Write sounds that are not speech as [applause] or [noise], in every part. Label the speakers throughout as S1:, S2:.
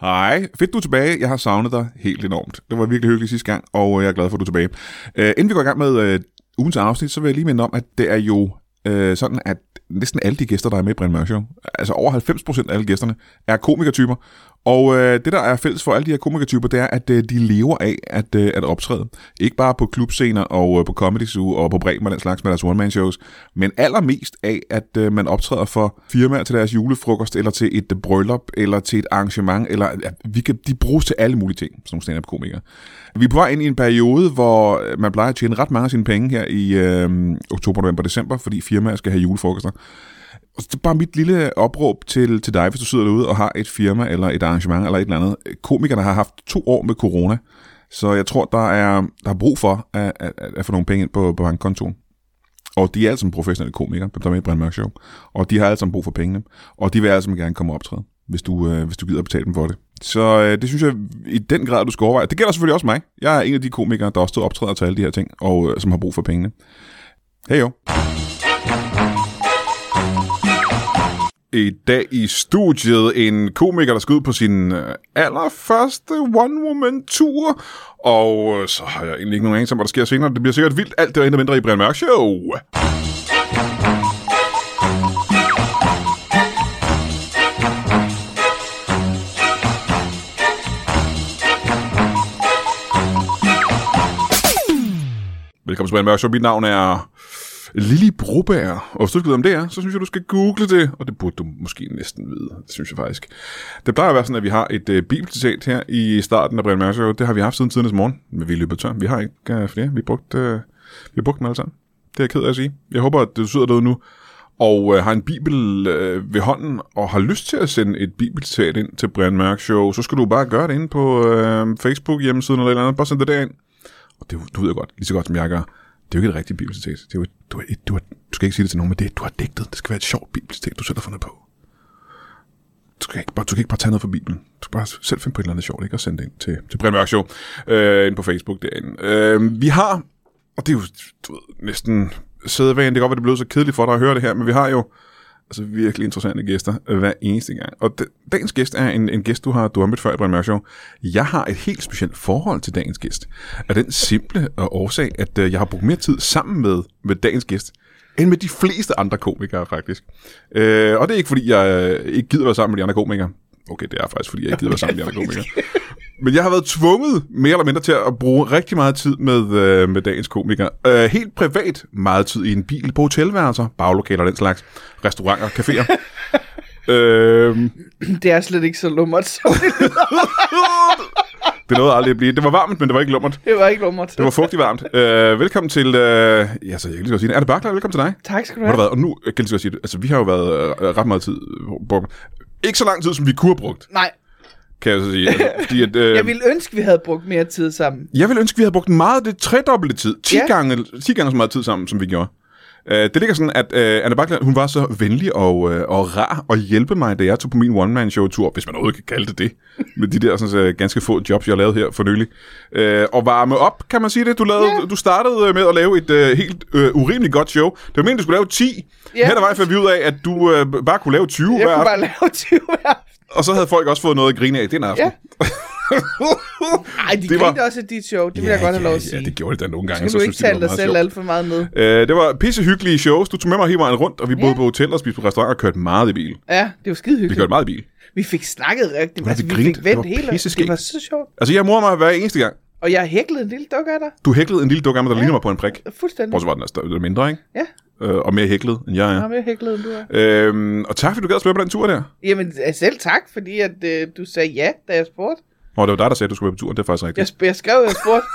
S1: Hej, fedt du er tilbage. Jeg har savnet dig helt enormt. Det var virkelig hyggeligt sidste gang, og jeg er glad for, at du er tilbage. Øh, inden vi går i gang med øh, ugens afsnit, så vil jeg lige minde om, at det er jo øh, sådan, at næsten alle de gæster, der er med i Brian Mørk Show, altså over 90% af alle gæsterne, er komikertyper. Og øh, det, der er fælles for alle de her komikertyper, det er, at øh, de lever af at, øh, at optræde. Ikke bare på klubscener og øh, på Comedy Zoo og på Bremen og den slags med deres one-man-shows, men allermest af, at øh, man optræder for firmaer til deres julefrokost, eller til et øh, bryllup, eller til et arrangement, eller ja, vi kan, de bruges til alle mulige ting, sådan nogle stand-up-komikere. Vi er på vej ind i en periode, hvor øh, man plejer at tjene ret mange af sine penge her i øh, oktober, november og december, fordi firmaer skal have julefrokoster. Og det er bare mit lille opråb til, til dig, hvis du sidder derude og har et firma eller et arrangement eller et eller andet. Komikerne har haft to år med corona, så jeg tror, der er, der er brug for at, at, at, at få nogle penge ind på, på bankkontoen. Og de er alle sammen professionelle komikere, dem der er med i Brian Mørk Show. Og de har alle sammen brug for pengene. Og de vil alle sammen gerne komme og optræde, hvis du, øh, hvis du gider betale dem for det. Så øh, det synes jeg i den grad, du skal overveje. Det gælder selvfølgelig også mig. Jeg er en af de komikere, der også står og optræder til alle de her ting, og øh, som har brug for pengene. Hej jo. I dag i studiet en komiker, der skal ud på sin øh, allerførste one-woman-tur. Og øh, så har jeg egentlig ikke nogen anelse om, hvad der sker senere. Det bliver sikkert vildt alt det, der endnu mindre i Brian Mørk Show. Velkommen til Brian Mørk Show. Mit navn er Lili Broberg. Og hvis du ikke ved, om det er, så synes jeg, du skal google det. Og det burde du måske næsten vide. Det synes jeg faktisk. Det plejer at være sådan, at vi har et øh, bibelcitat her i starten af Brian Mørk Show. Det har vi haft siden tidernes morgen. Men vi er løbet tør. Vi har ikke øh, flere. Vi har brugt, øh, vi har brugt dem alle sammen. Det er jeg ked af at sige. Jeg håber, at du sidder derude nu og øh, har en bibel øh, ved hånden, og har lyst til at sende et bibelcitat ind til Brian Mørk Show, så skal du bare gøre det inde på øh, Facebook hjemmesiden eller et eller andet. Bare send det derind. Og det, er jo- du ved jo godt, lige så godt som jeg gør, det er jo ikke et rigtigt bibelcitat. Det er jo et, du, er et, du, har, du skal ikke sige det til nogen, men det er et, du har digtet. Det skal være et sjovt bibelcitat, du selv har fundet på. Du skal, ikke bare, du skal ikke bare tage noget fra Bibelen. Du skal bare selv finde på et eller andet sjovt, ikke? Og sende det ind til, til Brian Mørk Show, øh, ind på Facebook derinde. Øh, vi har, og det er jo du ved, næsten sædvane, det kan godt være, det blev så kedeligt for dig at høre det her, men vi har jo altså virkelig interessante gæster øh, hver eneste gang. Og de, dagens gæst er en, en gæst, du har du har mødt før i Brian Mørk Show. Jeg har et helt specielt forhold til dagens gæst. Af den simple øh, årsag, at øh, jeg har brugt mere tid sammen med, med dagens gæst, end med de fleste andre komikere faktisk. Øh, og det er ikke, fordi jeg øh, ikke gider være sammen med de andre komikere. Okay, det er faktisk, fordi jeg ikke gider være sammen med de andre komikere. Men jeg har været tvunget mere eller mindre til at bruge rigtig meget tid med, øh, med dagens komiker. Øh, helt privat meget tid i en bil, på hotelværelser, baglokaler og den slags, restauranter, caféer. øh,
S2: Det er slet ikke så lummert, [laughs] som det,
S1: det nåede aldrig at blive. Det var varmt, men det var ikke lummert.
S2: det var ikke lummert.
S1: Det var fugtigt varmt. Øh, velkommen til... Øh, ja, så jeg kan lige så godt sige det. Anne Bakler, velkommen til dig.
S2: Tak skal du
S1: Hvor
S2: have.
S1: der været, og nu jeg kan jeg lige så godt sige det. Altså, vi har jo været øh, ret meget tid på- på... Ikke så lang tid, som vi kunne have brugt,
S2: Nej,
S1: kan jeg så sige. Altså, Fordi at,
S2: [laughs]
S1: øh,
S2: jeg ville ønske, vi havde brugt mere tid sammen.
S1: Jeg ville ønske, vi havde brugt meget det tredobbelte tid. 10, ja.
S2: Ja.
S1: gange, 10 gange så meget tid sammen, som vi gjorde. Uh, det ligger sådan, at uh, Anna Bakland, hun var så venlig og, uh, og rar og hjælpe mig, da jeg tog på min one-man-show-tur, hvis man overhovedet kan kalde det det, med de der sådan, uh, ganske få jobs, jeg lavede her for nylig. Uh, og varme op, kan man sige det. Du, lavede,
S2: Ja.
S1: du startede øh, med at lave et uh, helt uh, urimeligt godt show. Det var meningen, du skulle lave 10.
S2: Ja.
S1: Yeah. Hen ad vejen fandt vi ud af, at du uh, bare kunne lave 20
S2: Jeg
S1: hver
S2: kunne
S1: aften.
S2: bare lave 20 hver aften.
S1: Og så havde folk også fået noget at grine af den aften.
S2: Ja. Ej, de
S1: Det
S2: det
S1: var-
S2: grinte også af dit show. Det vil jeg godt have lov at sige.
S1: Ja, det gjorde det da nogle gange.
S2: Skal
S1: så
S2: du ikke
S1: synes jeg, det
S2: tale dig
S1: var
S2: selv
S1: meget
S2: alt for meget med?
S1: Øh, det var pissehyggelige shows. Du tog med mig hele vejen rundt, og vi boede
S2: Ja.
S1: på hotel og spiste på restaurant og kørte meget i bil.
S2: Ja, det var skide
S1: Vi kørte
S2: hyggeligt.
S1: meget i bil.
S2: Vi fik snakket rigtigt.
S1: Ja,
S2: Altså,
S1: vi
S2: vi
S1: grinte. Det
S2: fik vendt
S1: var
S2: hele.
S1: pisseskægt.
S2: Det var så sjovt.
S1: Altså, jeg morede mig hver eneste gang.
S2: Og jeg hæklede en lille dukke af dig.
S1: Du hæklede en lille dukke af mig, der ja. ligner mig på en prik.
S2: Fuldstændig.
S1: Bortset var den altså lidt mindre, ikke?
S2: Ja,
S1: Øh, og mere hæklet, end jeg
S2: jeg
S1: er.
S2: har mere hæklet, end du er.
S1: Øhm, og tak, fordi du gad at spørge på den tur der.
S2: Jamen, øh, selv tak, fordi at, øh, du sagde ja, da jeg spurgte.
S1: Nå, det var dig, der sagde, at du skulle med på turen. Det er faktisk rigtigt.
S2: Jeg, sp- jeg skrev, jeg spurgte,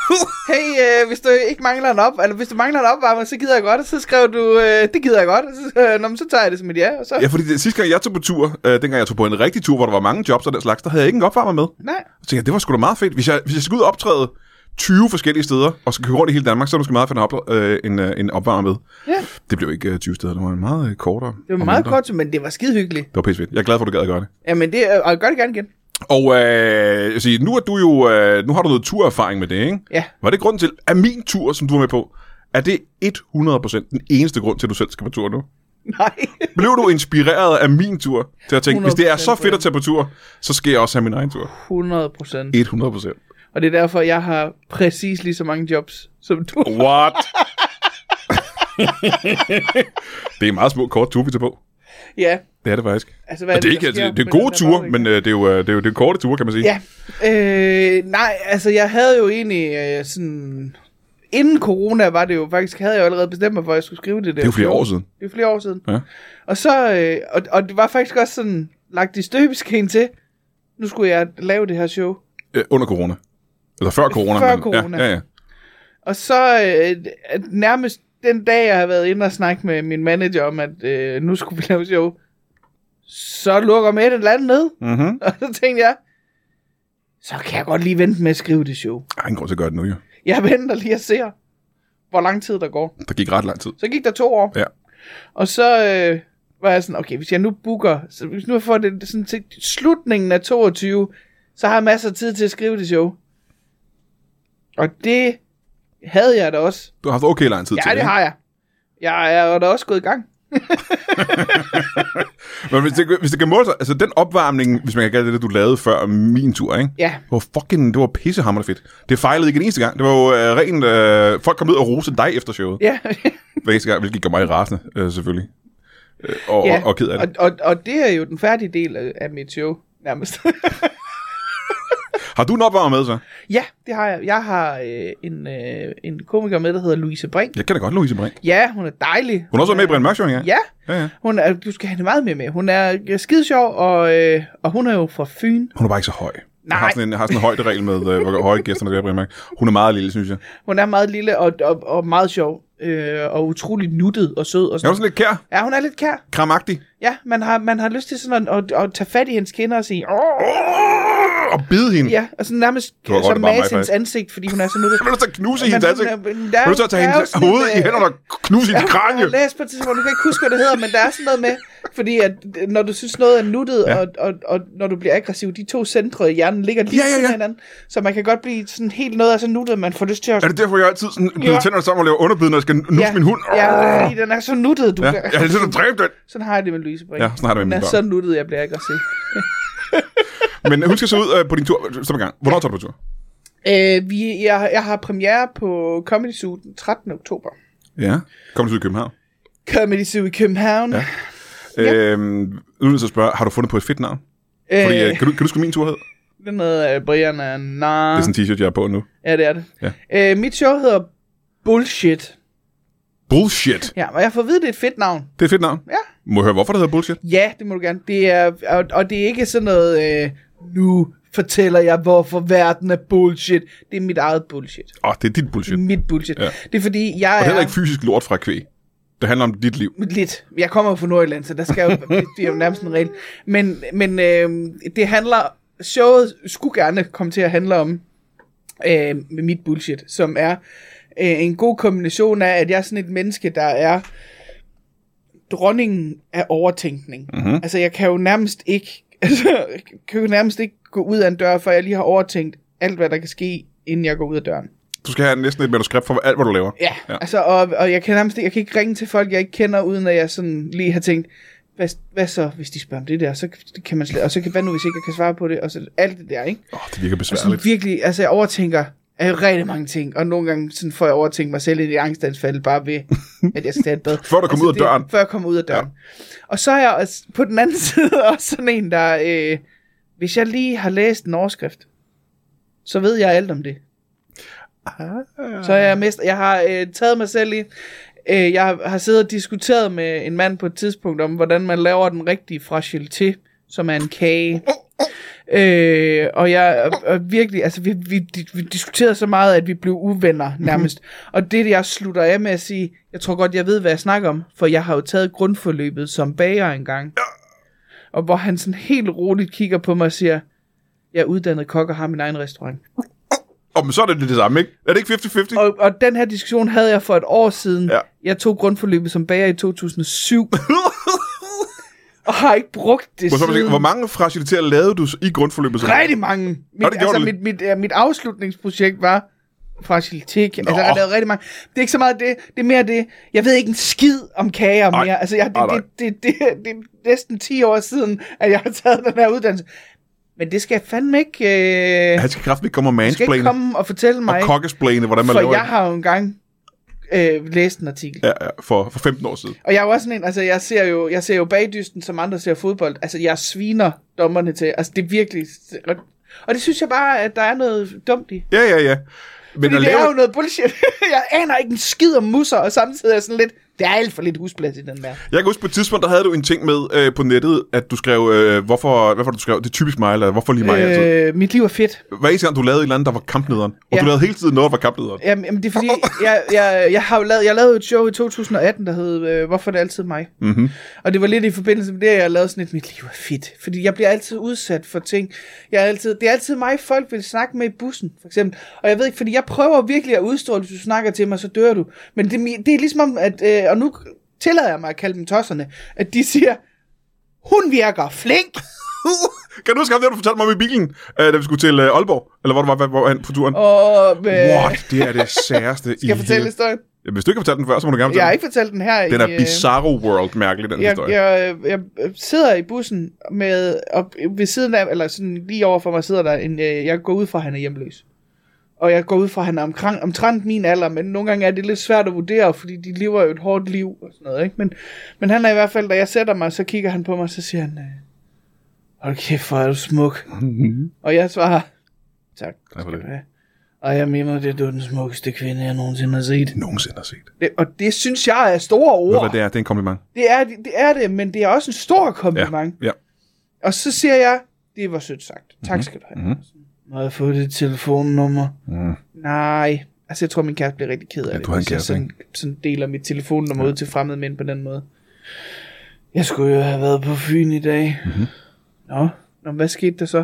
S2: hey, øh, hvis du ikke mangler en op, eller hvis du mangler en opvarmer, så gider jeg godt, og så skrev du, øh, det gider jeg godt, og så, øh, nå, men så tager jeg det som et ja, og så,
S1: Ja, fordi det, sidste gang jeg tog på tur, øh, dengang jeg tog på en rigtig tur, hvor der var mange jobs og den slags, der havde jeg ikke en opvarmer med.
S2: nej,
S1: Så tænkte jeg, det var sgu da meget fedt. Hvis jeg, hvis jeg skal ud og optræde 20 forskellige steder, og skal køre rundt i hele Danmark, så er det måske meget fedt at have opdra- øh, en, øh, en opvarmer med.
S2: ja,
S1: Det blev ikke øh, 20 steder, det var en meget øh, kortere.
S2: det var
S1: og
S2: meget
S1: mindre.
S2: kort, men det var skide hyggeligt.
S1: Det var pissefedt. Jeg er glad for, at du gad at gøre det.
S2: Jamen, det, øh, og gør det gerne igen.
S1: Og øh, jeg siger, nu, er du jo, øh, nu har du noget turerfaring med det, ikke?
S2: Ja.
S1: Var det grunden til, at min tur, som du var med på, er det 100% den eneste grund til, at du selv skal på tur nu?
S2: Nej.
S1: Blev du inspireret af min tur til at tænke, hvis det er så
S2: 100%
S1: fedt at tage på tur, så skal jeg også have min egen tur?
S2: 100 procent.
S1: 100 procent.
S2: [laughs] Og det er derfor, jeg har præcis lige så mange jobs, som du.
S1: What? [laughs] det er meget små kort ture, vi tager på.
S2: Ja.
S1: Det er det faktisk.
S2: Altså,
S1: Og det er,
S2: der
S1: ikke,
S2: sker
S1: det, det er
S2: med
S1: gode
S2: den her
S1: ture,
S2: bagvæg?
S1: men øh, det, er jo, øh, det, er jo, det er korte ture, kan man sige.
S2: Ja, øh, nej, altså jeg havde jo egentlig øh, sådan... Inden corona var det jo faktisk, havde jeg jo allerede bestemt mig for, at jeg skulle skrive det der. Det
S1: er jo flere år siden.
S2: Det er flere år siden.
S1: Ja.
S2: Og så, øh, og, og det var faktisk også sådan, lagt i støbeskeen til, nu skulle jeg lave det her show.
S1: Øh, under corona. Eller før corona.
S2: Før
S1: men-
S2: corona.
S1: Ja, ja, ja.
S2: Og så øh, at nærmest den dag, jeg har været inde og snakke med min manager om, at øh, nu skulle vi lave show, så lukker med et eller andet ned. [laughs]
S1: Mm-hmm.
S2: Og så tænkte jeg, så kan jeg godt lige vente med at skrive det show.
S1: Der er ingen grund til at gøre det nu, jo.
S2: Jeg venter lige og ser, hvor lang tid der går.
S1: Der gik ret lang tid.
S2: Så gik der to år.
S1: Ja.
S2: Og så øh, var jeg sådan, okay, hvis jeg nu booker, så hvis nu jeg får det sådan til slutningen af 22, så har jeg masser af tid til at skrive det show. Og det havde jeg da også.
S1: Du har haft okay lang tid til
S2: Ja, det
S1: ikke?
S2: har jeg. Jeg er jo da også gået i gang.
S1: Men hvis det, hvis det kan måle sig, altså den opvarmning, hvis man kan kalde det det, du lavede før min tur, ikke?
S2: Ja,
S1: Det var fucking, det var pissehammerende fedt. Det fejlede ikke en eneste gang. Det var jo øh, rent, øh, folk kom ned og rose dig efter showet.
S2: ja.
S1: Hver eneste gang, hvilket gør mig rasende, øh, selvfølgelig. Øh, og,
S2: ja.
S1: og, og ked
S2: [laughs]
S1: af det.
S2: Og, og, og det er jo den færdige del af, af mit show, nærmest. [laughs]
S1: Har du en opvarmer med så?
S2: ja, det har jeg. Jeg har øh, en, øh, en komiker med, der hedder Louise Brink.
S1: Jeg kender godt Louise Brink.
S2: Ja, hun er dejlig. Øh,
S1: Hun har også været med i Brian Mørk Show, ikke?
S2: Ja,
S1: ja, ja.
S2: hun er, du skal have hende meget mere med. Hun er øh, skide sjov, og, øh, og hun er jo fra Fyn.
S1: Hun er bare ikke så høj.
S2: Nej.
S1: Har sådan en, har sådan en højderegel med, øh, hvor høje gæsterne skal være i Brian Mørk. Hun er meget lille, synes jeg.
S2: Hun er meget lille og, og, og meget sjov, øh, og utrolig nuttet og sød. Og
S1: Er hun
S2: sådan.
S1: sådan lidt kær?
S2: Ja, hun er lidt kær.
S1: Kramagtig?
S2: Ja, man har, man har lyst til sådan at, at, at tage fat i hendes kinder og sige, åh,
S1: Åh, Og bide hende.
S2: ja, og sådan nærmest
S1: Du har
S2: så
S1: rørt bare mig,
S2: mase hendes
S1: faktisk.
S2: ansigt, fordi hun er så nuttet.
S1: [laughs] Vil du så knuse i
S2: Men
S1: hendes
S2: hun
S1: ansigt?
S2: er- men der er
S1: Vil du
S2: jo-
S1: så tage
S2: der er
S1: hendes
S2: jo sådan
S1: hoved
S2: lidt,
S1: i
S2: øh,
S1: hænderne og knuse i kranje?
S2: Jeg har læst på et tidspunkt, du kan ikke huske, hvad det hedder, men der er sådan noget med, fordi at øh, når du synes, noget er nuttet, ja. og, og, og, når du bliver aggressiv, de to centre i hjernen ligger lige
S1: Ja, ja,
S2: ved siden af
S1: ja.
S2: hinanden, så man kan godt blive sådan helt noget af så nuttet, at man får lyst til at...
S1: Er det derfor, jeg altid sådan bider
S2: Ja.
S1: tænderne sammen og laver underbid, når jeg skal nusse min hund?
S2: Ja,
S1: Åh!
S2: fordi den er så nuttet, du
S1: Ja,
S2: ja.
S1: jeg har lyst til at dræbe den.
S2: Sådan har jeg det med Louise Brink.
S1: Ja, sådan har jeg det med mine
S2: Den er
S1: børn.
S2: så nuttet, jeg bliver aggressiv.
S1: Men hun skal så ud øh, på din tur. Stop en gang. Hvornår tager du på tur?
S2: Øh, vi, jeg, jeg har premiere på Comedy Zoo den 13. oktober.
S1: Ja. Kom du ud i København?
S2: Comedy Zoo i København.
S1: Ja. Øhm, uden at spørge, har du fundet på et fedt navn? Fordi, øh,
S2: Øh,
S1: kan, du, kan du huske, hvad min tur hed? Det
S2: den hedder øh, Brian er nar.
S1: er sådan en t-shirt, jeg er på nu.
S2: Ja, det er det.
S1: Ja.
S2: Øh, mit show hedder Bullshit.
S1: Bullshit.
S2: Ja, og jeg får at vide, det er et fedt navn.
S1: Det er et fedt navn.
S2: Ja.
S1: Må jeg høre, hvorfor det hedder bullshit?
S2: Ja, det må du gerne. Det er, og, og det er ikke sådan noget, øh, nu fortæller jeg, hvorfor verden er bullshit. Det er mit eget bullshit.
S1: Åh, oh, det er dit bullshit.
S2: Mit bullshit.
S1: Ja.
S2: Ja. Det er fordi, jeg
S1: Og
S2: er...
S1: heller ikke fysisk lort fra kvæg. Det handler om dit liv.
S2: Lidt. Jeg kommer jo fra Nordjylland, så der skal jo, det er jo nærmest en regel. Men, men øh, det handler, showet skulle gerne komme til at handle om øh, med mit bullshit, som er øh, en god kombination af, at jeg er sådan et menneske, der er dronningen af overtænkning. Mm-hmm. Altså, jeg kan jo nærmest ikke, [laughs] altså, jeg kan jo nærmest ikke gå ud af en dør, for jeg lige har overtænkt alt, hvad der kan ske, inden jeg går ud af døren.
S1: Du skal have næsten et manuskript for alt, hvad du laver.
S2: Ja, ja. altså, og, og jeg kan nærmest ikke- jeg kan ikke ringe til folk, jeg ikke kender, uden at jeg sådan lige har tænkt, hvad, hvad så, hvis de spørger om det der, så kan man slet, og så kan, hvad nu, hvis ikke jeg kan svare på det, og så alt det der, ikke?
S1: Åh, oh, det virker
S2: Og sådan
S1: besværligt.
S2: virkelig, altså jeg overtænker øh, rigtig mange ting, og nogle gange sådan får jeg overtænkt mig selv ind i angstanfald, bare ved, at jeg skal tage et bad.
S1: [laughs]
S2: Altså,
S1: Før du kom ud af
S2: det er-
S1: døren.
S2: Før jeg kom ud af døren. Ja. Og så er jeg også, på den anden [laughs] side også sådan en, der, øh, hvis jeg lige har læst en overskrift, så ved jeg alt om det.
S1: Ah.
S2: Så er jeg mest, jeg har øh, taget mig selv i, øh, jeg har- har siddet og diskuteret med en mand på et tidspunkt om, hvordan man laver den rigtige fragilité, som er en kage. Øh, og jeg og, og virkelig, altså vi, vi, di- vi diskuterede så meget, at vi blev uvenner
S1: Mhm.
S2: nærmest. og det, jeg slutter af med at sige, jeg tror godt, jeg ved, hvad jeg snakker om, for jeg har jo taget grundforløbet som bager engang. Og hvor han sådan helt roligt kigger på mig og siger, jeg er uddannet kok og har min egen restaurant.
S1: Åh, men så er det det samme, ikke? Er det ikke 50-50? [laughs]
S2: Og, og den her diskussion havde jeg for et år siden.
S1: Ja.
S2: Ja. Jeg tog grundforløbet som bager i 2007. og har ikke brugt det
S1: Hvor, så,
S2: siden.
S1: hvor mange fragiliteter lavede du i grundforløbet? så?
S2: Rigtig mange. Mit,
S1: Nå, det gjorde
S2: altså,
S1: du
S2: mit, mit, uh, mit afslutningsprojekt var, Fragilitik. Altså,
S1: Nå.
S2: jeg har lavet rigtig mange. Det er ikke så meget det. Det er mere det. Jeg ved ikke en skid om kager
S1: Nej.
S2: mere. Altså, jeg, det,
S1: Nej, nej.
S2: det, det, det, det, er næsten 10 år siden, at jeg har taget den her uddannelse. Men det skal jeg fandme ikke... Øh,
S1: Han skal kraftigt komme og
S2: du skal
S1: mansplane
S2: ikke komme og fortælle mig,
S1: og kokkesplane, hvordan man
S2: for
S1: laver
S2: jeg
S1: et-
S2: har jo engang øh, læst en artikel.
S1: ja, ja, for, for 15 år siden.
S2: Og jeg er jo også sådan en, altså jeg ser jo, jeg ser jo bagdysten, som andre ser fodbold. Altså jeg sviner dommerne til. Altså det er virkelig... Og det synes jeg bare, at der er noget dumt i.
S1: Ja, ja, ja. Men
S2: Fordi
S1: at
S2: det
S1: lave,
S2: er jo noget bullshit. [laughs] jeg aner ikke en skid om musser, og samtidig er jeg sådan lidt, der er alt for lidt husplads i den der.
S1: Jeg kan huske på et tidspunkt, der havde du en ting med øh, på nettet, at du skrev, øh, hvorfor, hvad var det, du skrev, det er typisk mig, eller hvorfor lige mig øh... altid.
S2: Øh, mit liv er fedt.
S1: Hver eneste gang, du lavede et eller andet, der var kampnederen, og
S2: Ja.
S1: du lavede hele tiden noget, der var kampnederen.
S2: Jamen, jamen det er fordi, jeg, jeg, jeg har jo lavet, jeg lavede et show i 2018, der hed øh, Hvorfor er det altid mig?
S1: Mhm.
S2: Og det var lidt i forbindelse med det, at jeg lavede sådan et, mit liv er fedt. Fordi jeg bliver altid udsat for ting. Jeg er altid, det er altid mig, folk vil snakke med i bussen, for eksempel. Og jeg ved ikke, fordi jeg prøver virkelig at udstråle, hvis du snakker til mig, så dør du. Men det, er mi- det er ligesom om, at, øh, og nu tillader jeg mig at kalde dem tosserne, at de siger, hun virker flink.
S1: Uh, kan du huske ham, det du fortalte mig om i bilen, øh, da vi skulle til øh, Aalborg? Eller hvor du var, hvor var han på turen? Oh,
S2: Og, øh,
S1: What? Det er det særeste i
S2: [laughs] Skal jeg fortælle
S1: hele...
S2: historien?
S1: Ja, Hvis du ikke har fortalt den før, så må du gerne
S2: Jeg
S1: fortælle
S2: har ikke fortalt den her.
S1: den. Den
S2: i,
S1: er
S2: øh,
S1: bizarro world mærkelig, den
S2: jeg,
S1: historie. [laughs]
S2: jeg, jeg sidder i bussen med, og ved siden af, eller sådan lige over for mig sidder der en, øh, jeg går ud fra, at han er hjemløs. Og jeg går ud fra, at han er omkring, omtrent min alder, men nogle gange er det lidt svært at vurdere, fordi de lever jo et hårdt liv og sådan noget, ikke? Men, men han er i hvert fald, da jeg sætter mig, så kigger han på mig, så siger han, øh, hold kæft, hvor er du smuk. og jeg svarer, tak.
S1: Tak for det.
S2: skal du have." Og jeg mener, det er den smukkeste kvinde, jeg nogensinde har set.
S1: Nogensinde har set.
S2: Det, og det synes jeg er store ord.
S1: Ved du, hvad det er? Det er en kompliment.
S2: Det er, det er det, men det er også en stor kompliment. Ja.
S1: ja. Mhm.
S2: Og så siger jeg, det var sødt sagt. Tak skal du have. Mm-hmm. Må jeg få dit telefonnummer?
S1: Mm.
S2: Nej. Altså, jeg tror, min kæreste bliver rigtig ked af
S1: Ja,
S2: det,
S1: du har en
S2: hvis jeg
S1: kæreste,
S2: sådan, sådan deler mit telefonnummer ja. ud til fremmede mænd på den måde. Jeg skulle jo have været på Fyn i dag.
S1: Mhm.
S2: Mm-hmm. Nå. Nå, hvad skete der så?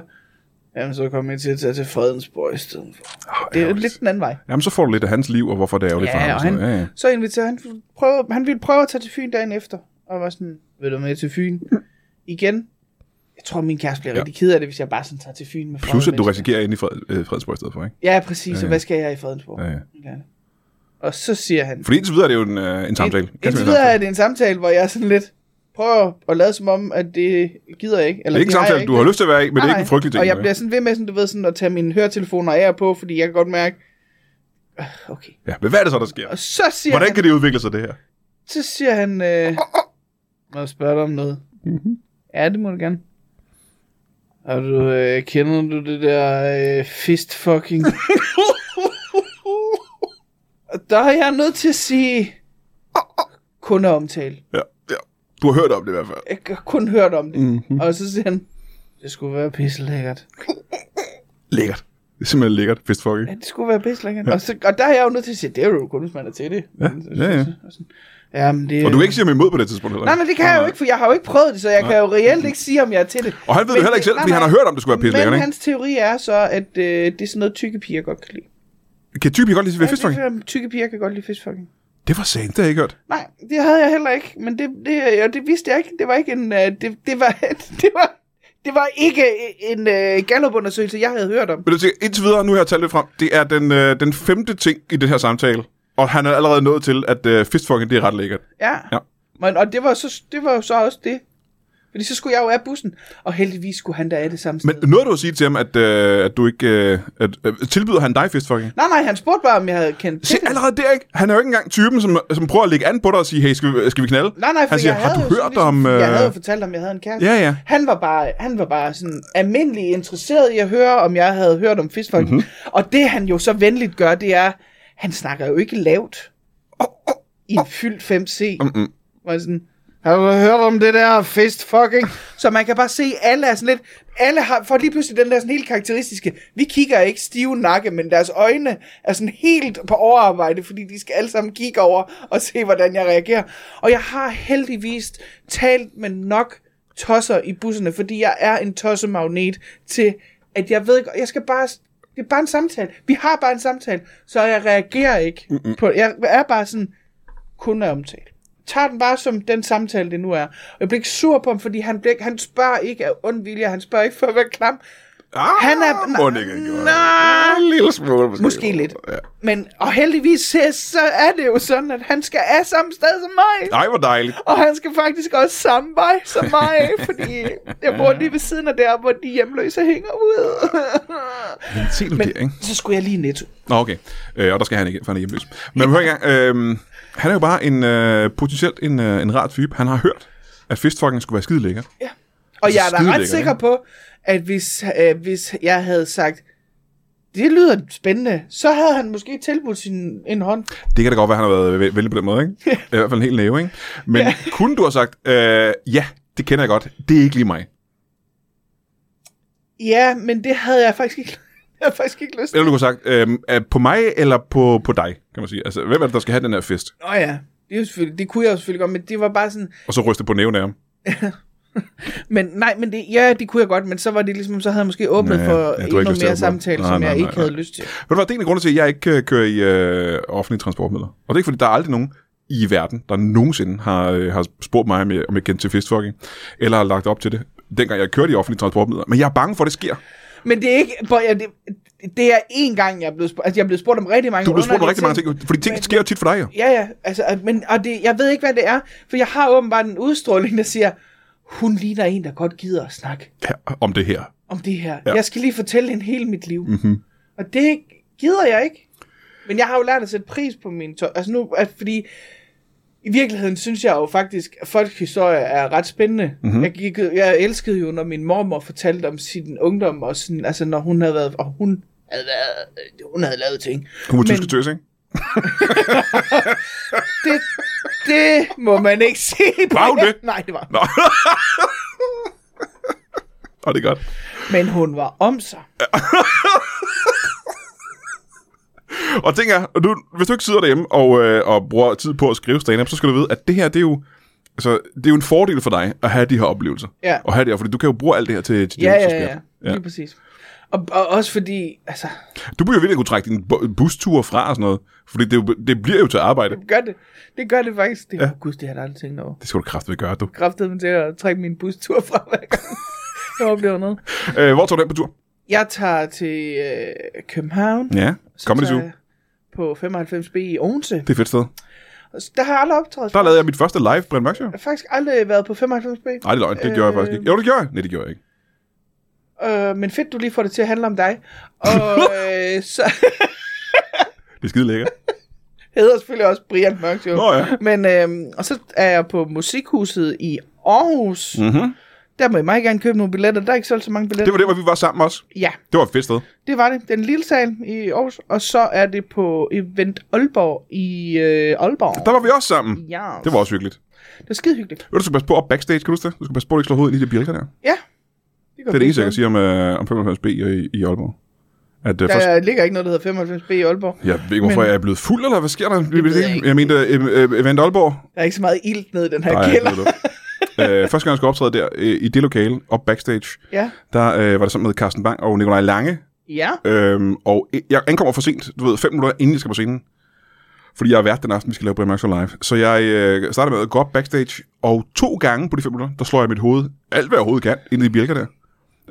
S2: Jamen, så kom jeg til at tage til Fredensborg i stedet for.
S1: Oh,
S2: Det er jo lidt den anden vej.
S1: Jamen, så får du lidt af hans liv, og hvorfor det er jo lidt for ham.
S2: Ja,
S1: og
S2: og
S1: sådan
S2: han,
S1: noget. Ja, ja.
S2: så inviterede han, prøve, han ville prøve at tage til Fyn dagen efter, og var sådan, vil du med til Fyn? Igen? Jeg tror, min kæreste bliver
S1: Ja.
S2: ja. rigtig ked af det, hvis jeg bare sådan tager til Fyn med
S1: Plus, at du
S2: fremmede mennesker.
S1: risikerer ind i Fred, øh, Fredensborg i stedet for, ikke?
S2: Ja, præcis,
S1: Ja,
S2: ja,
S1: ja.
S2: og hvad skal jeg i Fredensborg?
S1: Ja,
S2: Ja.
S1: ja.
S2: Og så siger han,
S1: Øh, Fordi indtil videre er det jo en, øh, en samtale.
S2: Ind-
S1: Ganske
S2: Indtil
S1: en
S2: videre
S1: samtale.
S2: er det en samtale, hvor jeg er sådan lidt, prøver at lade som om, at det gider jeg ikke.
S1: Det er
S2: Eller
S1: ikke en
S2: har jeg
S1: samtale, du har lyst til at være i, men det er
S2: Nej,
S1: ikke en frygtelig ting. øh,
S2: Og jeg
S1: vel?
S2: bliver sådan ved med sådan, du ved, sådan at tage mine høretelefoner af og på, fordi jeg kan godt mærke, "Ah, okay.
S1: Ja, men hvad er det så, der sker?
S2: Og så siger
S1: Hvordan
S2: han,
S1: kan det udvikle sig, det her?
S2: Så siger han, øh, må jeg spørge dig om noget?
S1: Mm-hmm.
S2: Ja, det må du gerne. Og du, øh, kender du det der øh, fist
S1: [laughs]
S2: fucking? Og der har jeg nødt til at sige, kun at omtale.
S1: Ja, ja. Du har hørt om det i hvert fald.
S2: Jeg har kun hørt om det.
S1: Mhm.
S2: Og så siger han, det skulle være pisselækkert.
S1: Lækkert. Det er simpelthen lækkert. Fistfucking.
S2: Ja, det skulle være pisselækkert. Ja. Og, så, og der er jeg jo nødt til at sige, det er jo kun, hvis man er til det.
S1: Ja, ja, ja.
S2: Og sådan, Jamen, det,
S1: Og du kan ikke sige ham imod på det tidspunkt heller.
S2: Nej, nej, det kan jeg jo ikke, for jeg har jo ikke prøvet det, så jeg nej. kan jo reelt ikke sige, om jeg er til det.
S1: Og han ved det
S2: Men
S1: heller ikke selv,
S2: nej,
S1: fordi han
S2: nej.
S1: har hørt om, det skulle være pisselækkert,
S2: Men
S1: ikke?
S2: hans teori er så, at øh, det er sådan noget, tykke piger godt kan lide.
S1: Kan typisk godt lide ved fistfucking?
S2: Ja, det er- tykke piger kan godt lide fistfucking.
S1: Det var sandt, det har jeg ikke hørt.
S2: Nej, det havde jeg heller ikke, men det, det, ja, det vidste jeg ikke. Det var ikke en, øh, det, det var, [laughs] det var, det var ikke en øh, gallupundersøgelse, jeg havde hørt om.
S1: Men du tænker, indtil videre, nu har jeg talt lidt frem, det er den, øh, den femte ting i den her samtale. Og han er allerede nået til, at øh, fistfucking, det er ret lækkert.
S2: Ja.
S1: Ja.
S2: Men, og det var, så, det var jo så også det. Fordi så skulle jeg jo af bussen, og heldigvis skulle han da af det samme sted.
S1: Men nåede du at sige til ham, at, øh, at du ikke... Øh, at, øh, tilbyder han dig fistfucking?
S2: Nej, nej, han spurgte bare, om jeg havde kendt
S1: Se, altså,
S2: til det.
S1: allerede der, ikke? Han er jo ikke engang typen, som, som prøver at lægge an på dig og sige, hey, skal vi, skal vi knalde?
S2: Nej, nej, for
S1: Han siger,
S2: jeg
S1: har
S2: havde
S1: du
S2: jo sådan
S1: hørt om...
S2: ligesom,
S1: Øh...
S2: Jeg havde jo fortalt om, jeg havde en kæreste.
S1: Ja, ja.
S2: Han var bare, han var bare sådan almindelig interesseret i at høre, om jeg havde hørt om fiskfolk.
S1: Mhm.
S2: Mm-hmm. Og det han jo så venligt gør, det er, han snakker jo ikke lavt i en fyldt 5C.
S1: Mm-mm.
S2: Hvor jeg sådan, har du hørt om det der fist fucking? Så man kan bare se, alle er sådan lidt, alle har, får lige pludselig den der sådan helt karakteristiske, vi kigger ikke stive nakke, men deres øjne er sådan helt på overarbejde, fordi de skal alle sammen kigge over og se, hvordan jeg reagerer. Og jeg har heldigvis talt med nok tosser i busserne, fordi jeg er en tossemagnet til, at jeg ved ikke, jeg skal bare, det er bare en samtale. Vi har bare en samtale, så jeg reagerer ikke. På, jeg er bare sådan, kun er omtalt. Tag den bare som den samtale, det nu er. Og jeg bliver ikke sur på ham, fordi han, bliver, ikke- han spørger ikke af ond vilje, han spørger ikke for at være klam.
S1: Ah,
S2: Han er-
S1: Må den ikke have gjort det.
S2: Nå.
S1: En lille smule måske.
S2: Måske lidt.
S1: Ja.
S2: Men, og heldigvis så- så er det jo sådan, at han skal af samme sted som mig.
S1: Ej, hvor dejligt.
S2: Og han skal faktisk også samme vej som mig, fordi jeg bor lige ved siden af der, hvor de hjemløse hænger ud.
S1: Men se nu der, ikke?
S2: så skulle jeg lige i netto.
S1: Nå, okay. Øh, og der skal han ikke, for han er hjemløs. Men hør engang, øh, han er jo bare en, øh, potentielt en, øh, en rar type. Han har hørt, at fistfucking skulle være skide lækker.
S2: Ja. Og jeg er da
S1: skidelækkert,
S2: ret
S1: Altså,
S2: sikker
S1: ikke?
S2: på, at hvis, øh, hvis jeg havde sagt, det lyder spændende, så havde han måske tilbudt sin en hånd.
S1: Det kan da godt være, han har været vældig på den måde, [laughs] ikke? I hvert fald en hel næve, ikke? Men kunne du have sagt, øh, ja, det kender jeg godt. Det er ikke lige mig.
S2: Ja, men det havde jeg faktisk ikke, [laughs] jeg havde faktisk ikke lyst til.
S1: Eller du kunne have sagt, øh, er på mig eller på, på dig, kan man sige. Altså, hvem er det, der skal have den her fest?
S2: Nå ja, det, er jo selvfølgelig- det kunne jeg jo selvfølgelig godt, men det var bare sådan,
S1: Og så ryste på næven af ham.
S2: Men nej, men det, ja, det kunne jeg godt, men så var det ligesom, så havde jeg måske åbnet
S1: Ja,
S2: for
S1: ja, du har
S2: ja,
S1: ikke
S2: endnu
S1: lyst til at åbne.
S2: mere samtale,
S1: Nej,
S2: som
S1: nej,
S2: jeg
S1: nej,
S2: ikke
S1: nej.
S2: havde lyst til.
S1: Ved du hvad, det er en af grunde til, at jeg ikke øh, kører i øh, offentlige transportmidler. Og det er ikke, fordi der er aldrig nogen i verden, der nogensinde har, øh, har spurgt mig, om jeg, om jeg kendte til fistfucking, eller har lagt op til det, dengang jeg kørte i offentlige transportmidler. Men jeg er bange for, at det sker.
S2: Men det er ikke, bo, ja, det, det er én gang, jeg er blevet spurgt, altså jeg er blevet spurgt om rigtig mange
S1: Du blev spurgt om
S2: underlige
S1: rigtig mange ting, jo, fordi ting sker jo tit for dig jo.
S2: Ja, ja, altså, at- men, og det, jeg ved ikke, hvad det er, for jeg har åbenbart en udstråling, der siger, hun ligner en, der godt gider at snakke
S1: Ja, om det her.
S2: om det her.
S1: Ja.
S2: Ja. Jeg skal lige fortælle hende hele mit liv. Mm-hmm. Og det gider jeg ikke. Men jeg har jo lært at sætte pris på min tøj. Altså nu, at, fordi i virkeligheden synes jeg jo faktisk, at folks historie er ret spændende. Mm-hmm. Jeg, gik, jeg elskede jo, når min mormor fortalte om sin ungdom, og sådan, altså når hun havde været, og hun havde været, øh, hun havde lavet ting.
S1: Hun var
S2: Men-
S1: tysk tøs, ikke?
S2: Det, det må man ikke sige.
S1: [laughs] Var hun det?
S2: Nej, det var
S1: Nå. [laughs] Og det er godt.
S2: Men hun var om sig.
S1: Og ting er, og du, hvis du ikke sidder derhjemme og, øh, og bruger tid på at skrive stand-up, så skal du vide, at det her, det er jo, altså, det er jo en fordel for dig at have de her oplevelser.
S2: Ja.
S1: Og have det her, fordi du kan jo bruge alt det her til, til
S2: Ja,
S1: din
S2: ja, ja,
S1: skat.
S2: ja. Lige præcis. Og, og også fordi, altså,
S1: Du burde jo virkelig kunne trække din bu- bustur fra og sådan noget, fordi det, er jo- det bliver jo til arbejde.
S2: gør det. Det gør det faktisk. Det, ja. Gud, det har jeg da aldrig tænkt over.
S1: Det skal du kraftigt gøre, du.
S2: Kræftede mig til at trække min bustur fra hver
S1: [laughs]
S2: gang. Jeg oplever noget.
S1: Øh, hvor tager du den på tur?
S2: Jeg tager til øh, København.
S1: Ja,
S2: Så
S1: Comedy Zoo.
S2: tager jeg På 95B i Odense. Altså,
S1: Det er et fedt sted.
S2: Der har jeg aldrig optrådt.
S1: Der
S2: før.
S1: lavede jeg mit første live, Brian Mørk Show.
S2: Jeg har faktisk aldrig været på 95B.
S1: Nej, det er løgn. Det gjorde jeg
S2: Øh.
S1: faktisk ikke. Jo, det gjorde jeg. Nej, det gjorde jeg ikke.
S2: Øh, men fedt, du lige får det til at handle om
S1: [laughs]
S2: dig. Og øh, så
S1: Det er skide lækkert.
S2: hedder selvfølgelig også Brian Mørk jo.
S1: Nå ja.
S2: Men øh, og så er jeg på Musikhuset i Aarhus.
S1: Mm-hmm.
S2: Der må jeg meget gerne købe nogle billetter. Der er ikke solgt så mange billetter.
S1: Det var det, hvor vi var sammen også.
S2: Ja,
S1: Det var et fedt sted.
S2: det var det. Den lille sal i Aarhus. Og så er det på Event Aalborg i øh, Aalborg.
S1: Der var vi også sammen.
S2: Ja,
S1: Det var også hyggeligt.
S2: det var skide hyggeligt.
S1: Ved du, du skal passe på op backstage, kan du huske det? Du skal passe på, at du ikke slår hovedet ind i de bjælker der.
S2: Ja. Det,
S1: Det er det eneste, jeg kan sige om, øh, om 95B i, i Aalborg. At, øh, først,
S2: Der ligger ikke noget, der hedder 95B i Aalborg.
S1: jeg ved ikke, hvorfor
S2: Men-
S1: jeg er blevet fuld, eller hvad sker der? Jeg,
S2: ved jeg
S1: jeg,
S2: ikke.
S1: jeg mente, øh, øh, Event Aalborg.
S2: Der er ikke så meget ilt nede i den her
S1: Nej,
S2: kælder.
S1: det ved du. øh, første gang, jeg skulle optræde der, øh, i det lokale, op backstage,
S2: Ja.
S1: der øh, var det sammen med Carsten Bang og Nikolaj Lange.
S2: Ja.
S1: Øhm, og jeg ankommer for sent, du ved, fem minutter inden jeg skal på scenen. Fordi jeg er vært den aften, vi skal lave Brian Mørk Show live. Så jeg øh, starter med at gå op backstage, og to gange på de fem minutter, der slår jeg mit hoved, alt hvad jeg overhovedet kan, ind i de bjælker der.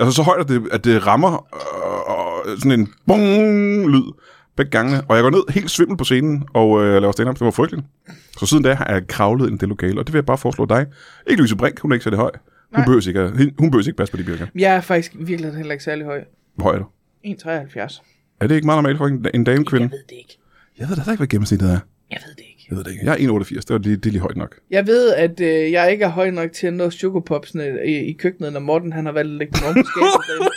S1: Altså så højt, at det, at det rammer øh, øh, sådan en bong lyd begge gangene. Og jeg går ned helt svimmel på scenen og øh, laver stand-up. Det var frygteligt. Så siden da har jeg kravlet ind i det lokale, og det vil jeg bare foreslå dig. Ikke Louise Brink, hun er ikke særlig høj. Hun behøver, ikke, at- hun behøver ikke passe på de bjælker.
S2: Jeg er faktisk virkelig heller ikke særlig høj.
S1: Hvor høj er du?
S2: 1,73.
S1: Er det ikke meget normalt for en, en damekvinde?
S2: Jeg ved det ikke.
S1: Jeg ved da heller ikke, hvad gennemsnittet er.
S2: Jeg ved det ikke.
S1: Jeg ved det ikke. Jeg er 1,88. Det, var lige, det er lige højt nok.
S2: Jeg ved, at øh, jeg ikke er høj nok til at nå chokopopsene i, i køkkenet, når Morten han har valgt at lægge dem
S1: [laughs]
S2: oven på skabet. derinde.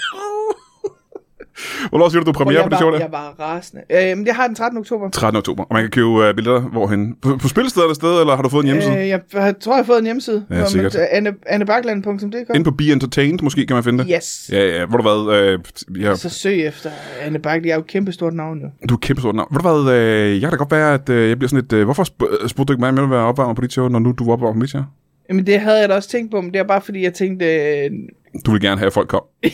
S1: Hvornår siger du, du er
S2: Og
S1: premiere på
S2: jeg,
S1: det show
S2: var,
S1: der?
S2: jeg var rasende. Øh, men jeg har den 13. oktober.
S1: 13. oktober. Og man kan købe uh, billeder hvorhen? På, på spillestedet eller sted, eller har du fået en hjemmeside? Øh,
S2: Øh, jeg har- tror, jeg har fået en hjemmeside. øh,
S1: Ja, sikkert.
S2: Anne, annebakland.dk
S1: Inde på Be Entertained måske kan man finde det.
S2: Yes.
S1: Ja, ja. Hvor du hvad? Øh, ja,
S2: Så søg efter Anne Bakke. Jeg er jo et kæmpe stort navn jo.
S1: du er kæmpe stort navn. Hvor du hvad? Øh, jeg kan da godt være, at øh, jeg bliver sådan lidt... Øh, hvorfor sp- spurgte du ikke mig, om jeg ville være opvarmer på dit show, når nu du var opvarmer på mit show?
S2: Jamen det havde jeg da også tænkt på, men det er bare fordi, jeg tænkte... Øh, [laughs]
S1: Du vil gerne have, at folk kom.
S2: ja.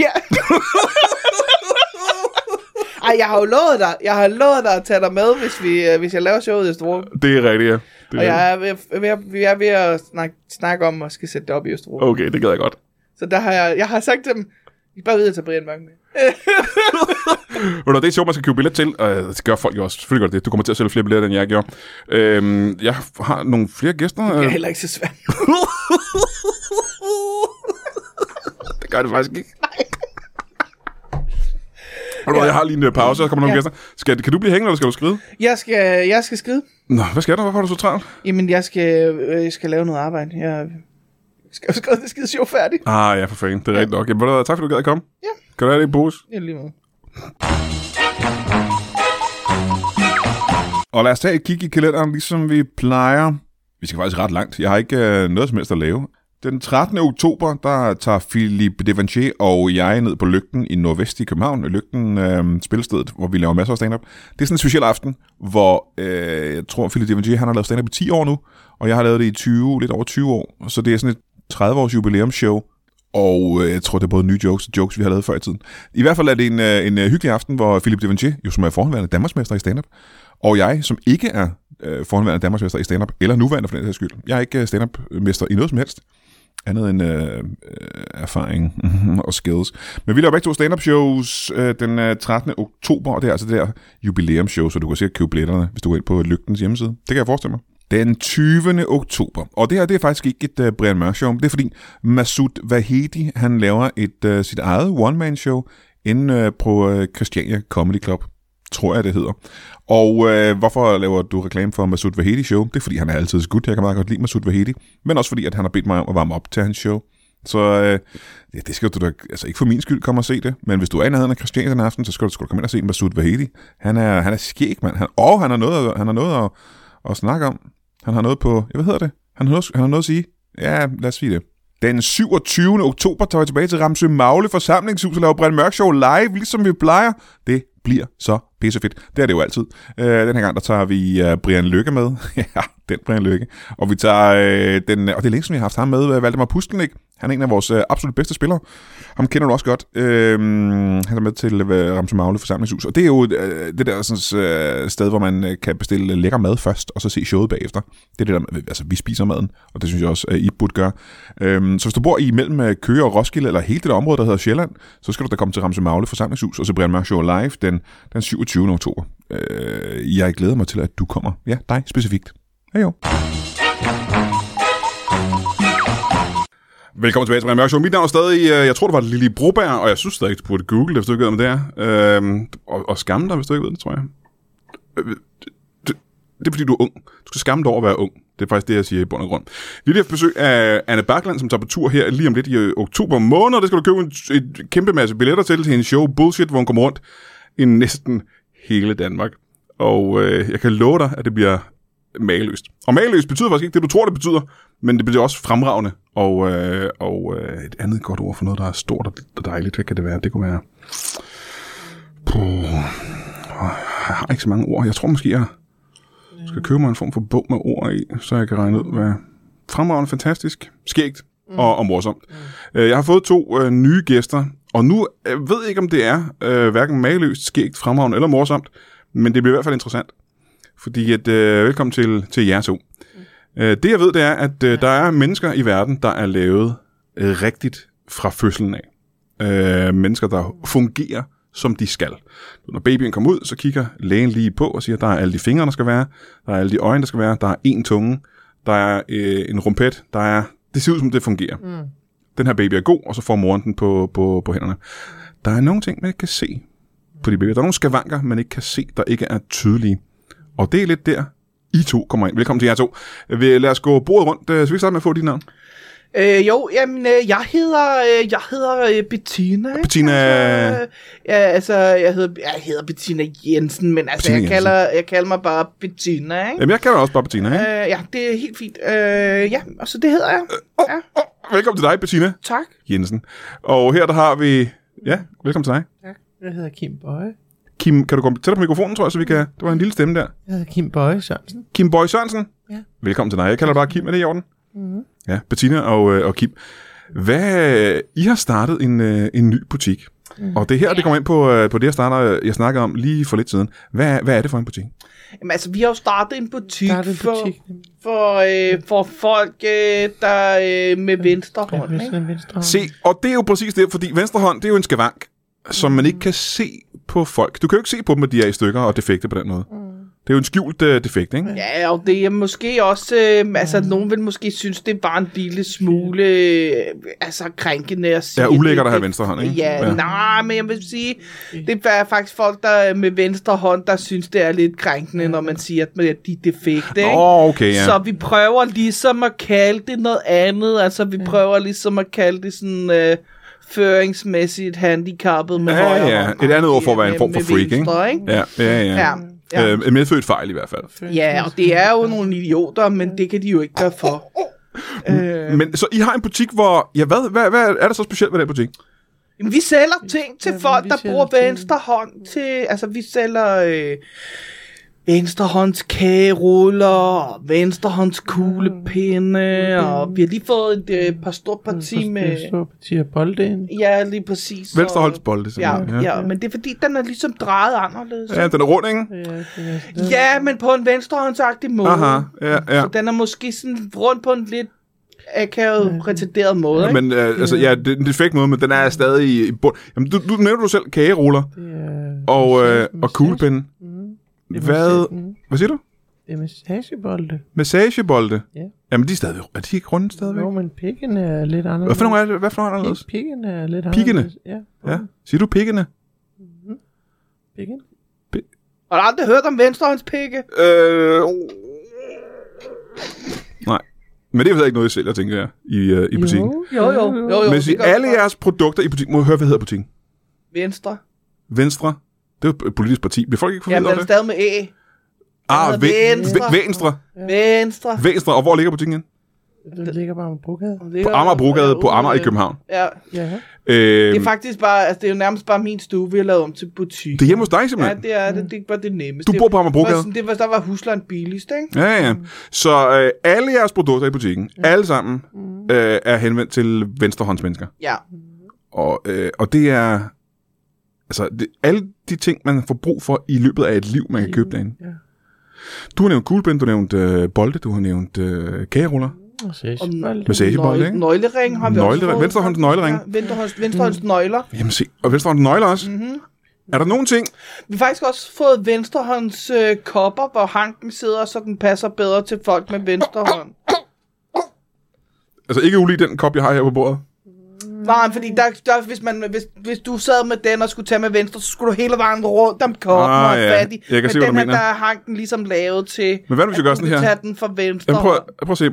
S2: Ej, jeg har jo lovet dig. Jeg har lovet dig at tage dig med, hvis, vi, øh, hvis jeg laver showet i Østerbro.
S1: Det er rigtigt, ja. Det er
S2: Og
S1: rigtigt.
S2: jeg er ved, at- ved, at- vi er ved at snakke, snakke om, at skal sætte det op i Østerbro.
S1: Okay, det gad jeg godt.
S2: Så der har jeg, jeg har sagt til dem, I skal bare videre til Brian Mørk med.
S1: Ved du, det er sjovt, man skal købe billet til. Og det gør folk jo også. Selvfølgelig gør det. Du kommer til at sælge flere billetter, end jeg gjorde. Øhm, jeg har nogle flere gæster.
S2: Det er
S1: øh,
S2: heller ikke så svært.
S1: Det gør det faktisk ikke. Ved du, hvad, jeg har lige en øh, pause, og så kommer nogle
S2: Ja.
S1: gæster. Skal, kan du blive hængende, eller skal du skride?
S2: Jeg skal, jeg skal skride.
S1: Nå, hvad skal der? Hvorfor er du så travlt?
S2: Jamen, jeg skal, øh, jeg skal lave noget arbejde. Jeg skal jo skrive det skide sjov færdigt.
S1: Ah, ja, for fanden. Det er rigtigt nok. Jamen, ved du hvad, tak fordi du gad at komme.
S2: Ja.
S1: Kan du have det i en pose?
S2: Ja, lige måde.
S1: Og lad os tage et kig i kalenderen, ligesom vi plejer. Vi skal faktisk ret langt. Jeg har ikke øh, noget som helst at lave. Den 13. oktober, der tager Philippe Devanché og jeg ned på Lygten i Nordvest i København. Lygten, øh, spillestedet, hvor vi laver masser af stand-up. Det er sådan en speciel aften, hvor øh, jeg tror, Philippe Devanché han har lavet stand-up i 10 år nu, og jeg har lavet det i 20, lidt over 20 år. Så det er sådan et 30-års jubilæumsshow, og øh, jeg tror, det er både nye jokes og jokes, vi har lavet før i tiden. I hvert fald er det en, øh, en øh, hyggelig aften, hvor Philip Devanché, jo som er forhåndværende Danmarksmester i stand-up, og jeg, som ikke er øh, forhåndværende Danmarksmester i stand-up, eller nuværende for den sags skyld, jeg er ikke øh, stand-up-mester i noget som helst, andet end øh, øh, erfaring [laughs] og skills. Men vi laver begge to stand-up shows øh, den øh, 13. oktober, og det er altså det der jubilæumsshow, så du kan sikkert købe billetterne, hvis du går ind på Lygtens hjemmeside. Det kan jeg forestille mig. Den 20. oktober. Og det her, det er faktisk ikke et uh, Brian Mørk show, men det er fordi Masoud Vahedi, han laver et uh, sit eget one-man-show inde uh, på uh, Christiania Comedy Club tror jeg, det hedder. Og øh, hvorfor laver du reklame for Masoud Vahedi show? Det er, fordi han er altid så god. Jeg kan meget godt lide Masoud Vahedi. Men også fordi, at han har bedt mig om at varme op til hans show. Så øh, ja, det skal du da, altså ikke for min skyld komme og se det, men hvis du er i nærheden af Christiania den aften, så skal du, skal du komme ind og se Masoud Vahedi. Han er, han er skæg, mand. Han, og han har noget, at- han har noget at, at, snakke om. Han har noget på, ja, hvad hedder det? Han har, noget, han har noget at sige. Ja, lad os sige det. Den 27. oktober tager vi tilbage til Ramsø Magle forsamlingshus og laver Brian Mørk Show live, ligesom vi plejer. Det bliver så pissefedt. Det er det jo altid. Øh, den her gang, der tager vi øh, Brian Lykke med. [laughs] ja, den Brian Lykke. Og vi tager øh, den, og det er længe siden, vi har haft ham med, øh, Valdemar Pustelnik. Han er en af vores øh, absolut bedste spillere. Ham kender du også godt. Øh, han er med til øh, Ramsø Magle forsamlingshus. Og det er jo øh, det der sådan, øh, sted, hvor man øh, kan bestille lækker mad først, og så se showet bagefter. Det er det der, altså vi spiser maden, og det synes jeg også, at I burde gøre. Øhm, så hvis du bor i mellem øh, Køge og Roskilde, eller hele det der område, der hedder Sjælland, så skal du da komme til Ramse Magle forsamlingshus, og så Brian Mørk Show live den, den 27. oktober. Øh, jeg glæder mig til, at du kommer. Ja, dig specifikt. Hej jo. Velkommen tilbage til Brian Mørk Show. Mit navn er stadig, øh, jeg tror det var Lili Broberg, og jeg synes stadig, du burde google det, hvis du ikke ved, hvad det er. Øhm, og, og skamme dig, hvis du ikke ved det, tror jeg. Øh, det, det er fordi, du er ung. Du skal skamme dig over at være ung. Det er faktisk det, jeg siger i bund og grund. Vi har lige haft besøg af Anne Bakland, som tager på tur her lige om lidt i øh, oktober måned. Det skal du købe en, et kæmpe masse billetter til, til hendes show Bullshit, hvor hun kommer rundt i næsten hele Danmark. Og øh, jeg kan love dig, at det bliver mageløst. Og mageløst betyder faktisk ikke det, du tror, det betyder, men det betyder også fremragende. Og, øh, og øh, et andet godt ord for noget, der er stort og, og dejligt, hvad kan det være? Det kunne være... Puh. Jeg har ikke så mange ord. Jeg tror måske, jeg skal købe mig en form for bog med ord i, så jeg kan regne ud, hvad fremragende fantastisk, skægt og, og morsomt. Mm. Jeg har fået to øh, nye gæster, og nu øh, ved jeg ikke, om det er øh, hverken mageløst, skægt, fremragende eller morsomt, men det bliver i hvert fald interessant. Fordi at, øh, velkommen til, til jer to. Øh, det jeg ved, det er, at øh, der er mennesker i verden, der er lavet øh, rigtigt fra fødslen af. Øh, mennesker, der fungerer, som de skal. Når babyen kommer ud, så kigger lægen lige på og siger, der er alle de fingre, der skal være, der er alle de øjne, der skal være, der er en tunge, der er øh, en rumpet, der er... Det ser ud, som det fungerer. Mm. Den her baby er god, og så får moren den på, på, på hænderne. Der er nogle ting, man ikke kan se på de babyer. Der er nogle skavanker, man ikke kan se, der ikke er tydelige. Og det er lidt der, I to kommer ind. Velkommen til jer to. Øh, Vi- Lad os gå bordet rundt. Øh, Skal vi starte med at få dit navn?
S2: Øh, jo, jamen, øh, jeg hedder, øh, jeg hedder øh, Bettina. ikke?
S1: Bettina-
S2: Altså, øh, ja, altså, jeg hedder, jeg hedder Bettina Jensen, men altså,
S1: Bettina
S2: jeg,
S1: Jensen.
S2: kalder, jeg kalder mig bare Bettina, ikke?
S1: Jamen, jeg kalder dig også bare Bettina, ikke?
S2: Øh, ja, det er helt fint. Øh, ja, og så det hedder jeg.
S1: Åh,
S2: Ja,
S1: åh, velkommen til dig, Bettina
S2: tak.
S1: Jensen. Og her der har vi... Ja, velkommen til dig.
S3: Tak. Jeg hedder Kim Bøje.
S1: Kim, kan du komme tættere på mikrofonen, tror jeg, så vi kan... Det var en lille stemme der.
S3: Jeg hedder Kim Bøje Sørensen.
S1: Kim Boy Sørensen.
S3: Ja.
S1: Velkommen til dig. Jeg kalder dig bare Kim, er det i orden? Mm-hmm. Ja, Bettina og, øh, og Kim. Hvad, I har startet en, øh, en ny butik. Mm. Og det er her, det kommer ind på, øh, på det, jeg, starter, jeg snakkede om lige for lidt siden. Hvad, hvad er det for en butik?
S2: Jamen, altså, vi har jo startet en butik,
S3: Der er det
S2: for,
S3: butik.
S2: for, øh, for folk, øh, der øh, med venstre hånd,
S3: Med
S2: ikke?
S3: sådan en venstre hånd.
S1: Se, og det er jo præcis det, fordi venstre hånd, det er jo en skavank. som man ikke kan se på folk. Du kan jo ikke se på dem, at de er i stykker og defekte på den måde. Mm. Det er jo en skjult uh, defekt, ikke?
S2: Ja, og det er måske også, øh, altså at nogen vil måske synes, det er bare en lille smule, øh, altså krænkende at sige.
S1: Ja, ulækkert at have
S2: det-
S1: venstre hånd, ikke?
S2: Ja,
S1: Ja.
S2: ja, nej, men jeg vil sige, det er faktisk folk, der øh, med venstre hånd, der synes, det er lidt krænkende, når man siger, at man- at de er defekte, ikke?
S1: Åh, oh, okay, ja.
S2: Så vi prøver ligesom at kalde det noget andet, altså vi prøver ligesom at kalde det sådan øh, føringsmæssigt handicappet med
S1: Ja,
S2: højre
S1: ja.
S2: hånd.
S1: Et andet ord for at være en
S2: Med-
S1: form for
S2: med
S1: freak, ikke?
S2: venstre, ikke?
S1: Ja, ja, ja.
S2: Ja, ja.
S1: Øh, en medfødt fejl i hvert fald.
S2: Ja, og det er jo nogle idioter, men det kan de jo ikke gøre for. Øh,
S1: Men så I har en butik, hvor... Ja, hvad, hvad, hvad er der så specielt ved den butik?
S2: men vi sælger ting til
S3: Ja,
S2: folk,
S3: vi
S2: der
S3: sælger
S2: bruger
S3: ting.
S2: venstre hånd til... Altså, vi sælger øh, venstrehåndskageruller, og venstrehåndskuglepinde, og vi har lige fået et øh, par store parti med...
S3: Stå parti af bolden.
S2: Ja, lige præcis. og-
S1: Venstrehåndsbolde, simpelthen.
S2: Ja, ja, men det er fordi, den er ligesom drejet anderledes.
S1: ja. den er rund, ikke?
S3: Ja, det er sådan noget.
S2: Ja, men på en venstrehåndsagtig måde.
S1: Aha, ja, ja.
S2: Så den er måske sådan rundt på en lidt akavet, retarderet måde. Ikke?
S1: Men øh, altså, ja, det er en defekt måde, men den er stadig i bund. Jamen, du, du nævner du selv kageruller
S3: Det er
S1: og, øh,
S3: massage-
S1: og kuglepinde.
S3: massage-
S1: Hvad,
S3: Mm.
S1: hvad siger du?
S3: Det er massagebolde.
S1: Massagebolde?
S3: Ja.
S1: Jamen, de er, stadig, er de ikke runde stadigvæk?
S3: Jo, men pikken er lidt anderledes.
S1: Hvad for nogle er det? Hvad for nogle er anderledes?
S3: Pikken er lidt
S1: Pikkene?
S3: anderledes. Ja,
S1: Ja. Siger du pikkene?
S3: pikken.
S2: Har du aldrig hørt om venstrehåndspikke?
S1: Øh... Nej. Men det er vel ikke noget, I sælger, tænker jeg, i, øh, i butikken. Jo.
S2: Jo, jo. jo, jo
S1: Men
S2: det
S1: sige,
S2: gør jeg
S1: alle
S2: godt.
S1: jeres produkter i butikken... Må jeg høre, hvad hedder butikken?
S2: Venstre.
S1: Venstre? Det er jo et politisk parti. Bliver folk ikke
S2: Jamen,
S1: forvirret
S2: den
S1: over
S2: er
S1: det?
S2: stadig med E. æ.
S1: Ah,
S2: hedder
S1: Venstre.
S2: Venstre.
S1: Venstre.
S2: Venstre.
S1: Venstre. Og hvor ligger butikken hen?
S3: Det ligger bare med brugade.
S2: Det
S1: På
S2: er-
S1: Amager Brogade, på Amager i
S2: Øh,
S1: København.
S2: Ja,
S3: Ja.
S1: Øh,
S2: det er faktisk bare, altså det er jo nærmest bare min stue, vi har lavet om til butik.
S1: det er hjemme hos dig,
S2: ja,
S1: simpelthen?
S2: det er det, det var det Mm. nemmeste.
S1: Du bor på Amagerbrogade?
S2: Det var sådan- Det var, der var huslejen billigst, ikke?
S1: Ja, ja. Så øh, alle jeres produkter i butikken, alle sammen, øh, er henvendt til venstrehåndsmennesker.
S2: Ja.
S1: Og, øh, og det er... Altså, det, alle de ting, man får brug for i løbet af et liv, man kan købe derinde.
S3: Ja.
S1: Du har nævnt kuglepind, du har nævnt øh, bolde, du har nævnt øh, kageruller.
S3: Massagebolde.
S1: Massagebold, ikke?
S2: Nøglering har vi også
S1: Nøglering.
S2: fået.
S1: Venstrehånds nøglering. Mm.
S2: Ja, venstrehånds, venstrehånds nøgler.
S1: Jamen se, og venstrehånden nøgler også. Mm-hmm. Er der nogen ting?
S2: Vi har faktisk også fået venstrehånds øh, kopper, hvor hanken sidder, så den passer bedre til folk med venstre hånd.
S1: Altså ikke ulig den kop, jeg har her på bordet.
S2: Nej, fordi der, der, hvis, man, hvis, hvis du sad med den og skulle tage med venstre, så skulle du hele vejen rundt om koppen
S1: Ah,
S2: ah, og
S1: ja.
S2: fat i.
S1: Jeg kan
S2: Men
S1: se, hvad
S2: den
S1: du
S2: her,
S1: mener.
S2: der er hanken ligesom lavet til,
S1: Men hvad nu, hvis jeg gør
S2: at du
S1: sådan
S2: kan
S1: her?
S2: tage den fra venstre
S1: Jamen, prøv,
S2: hånd.
S1: prøv at se.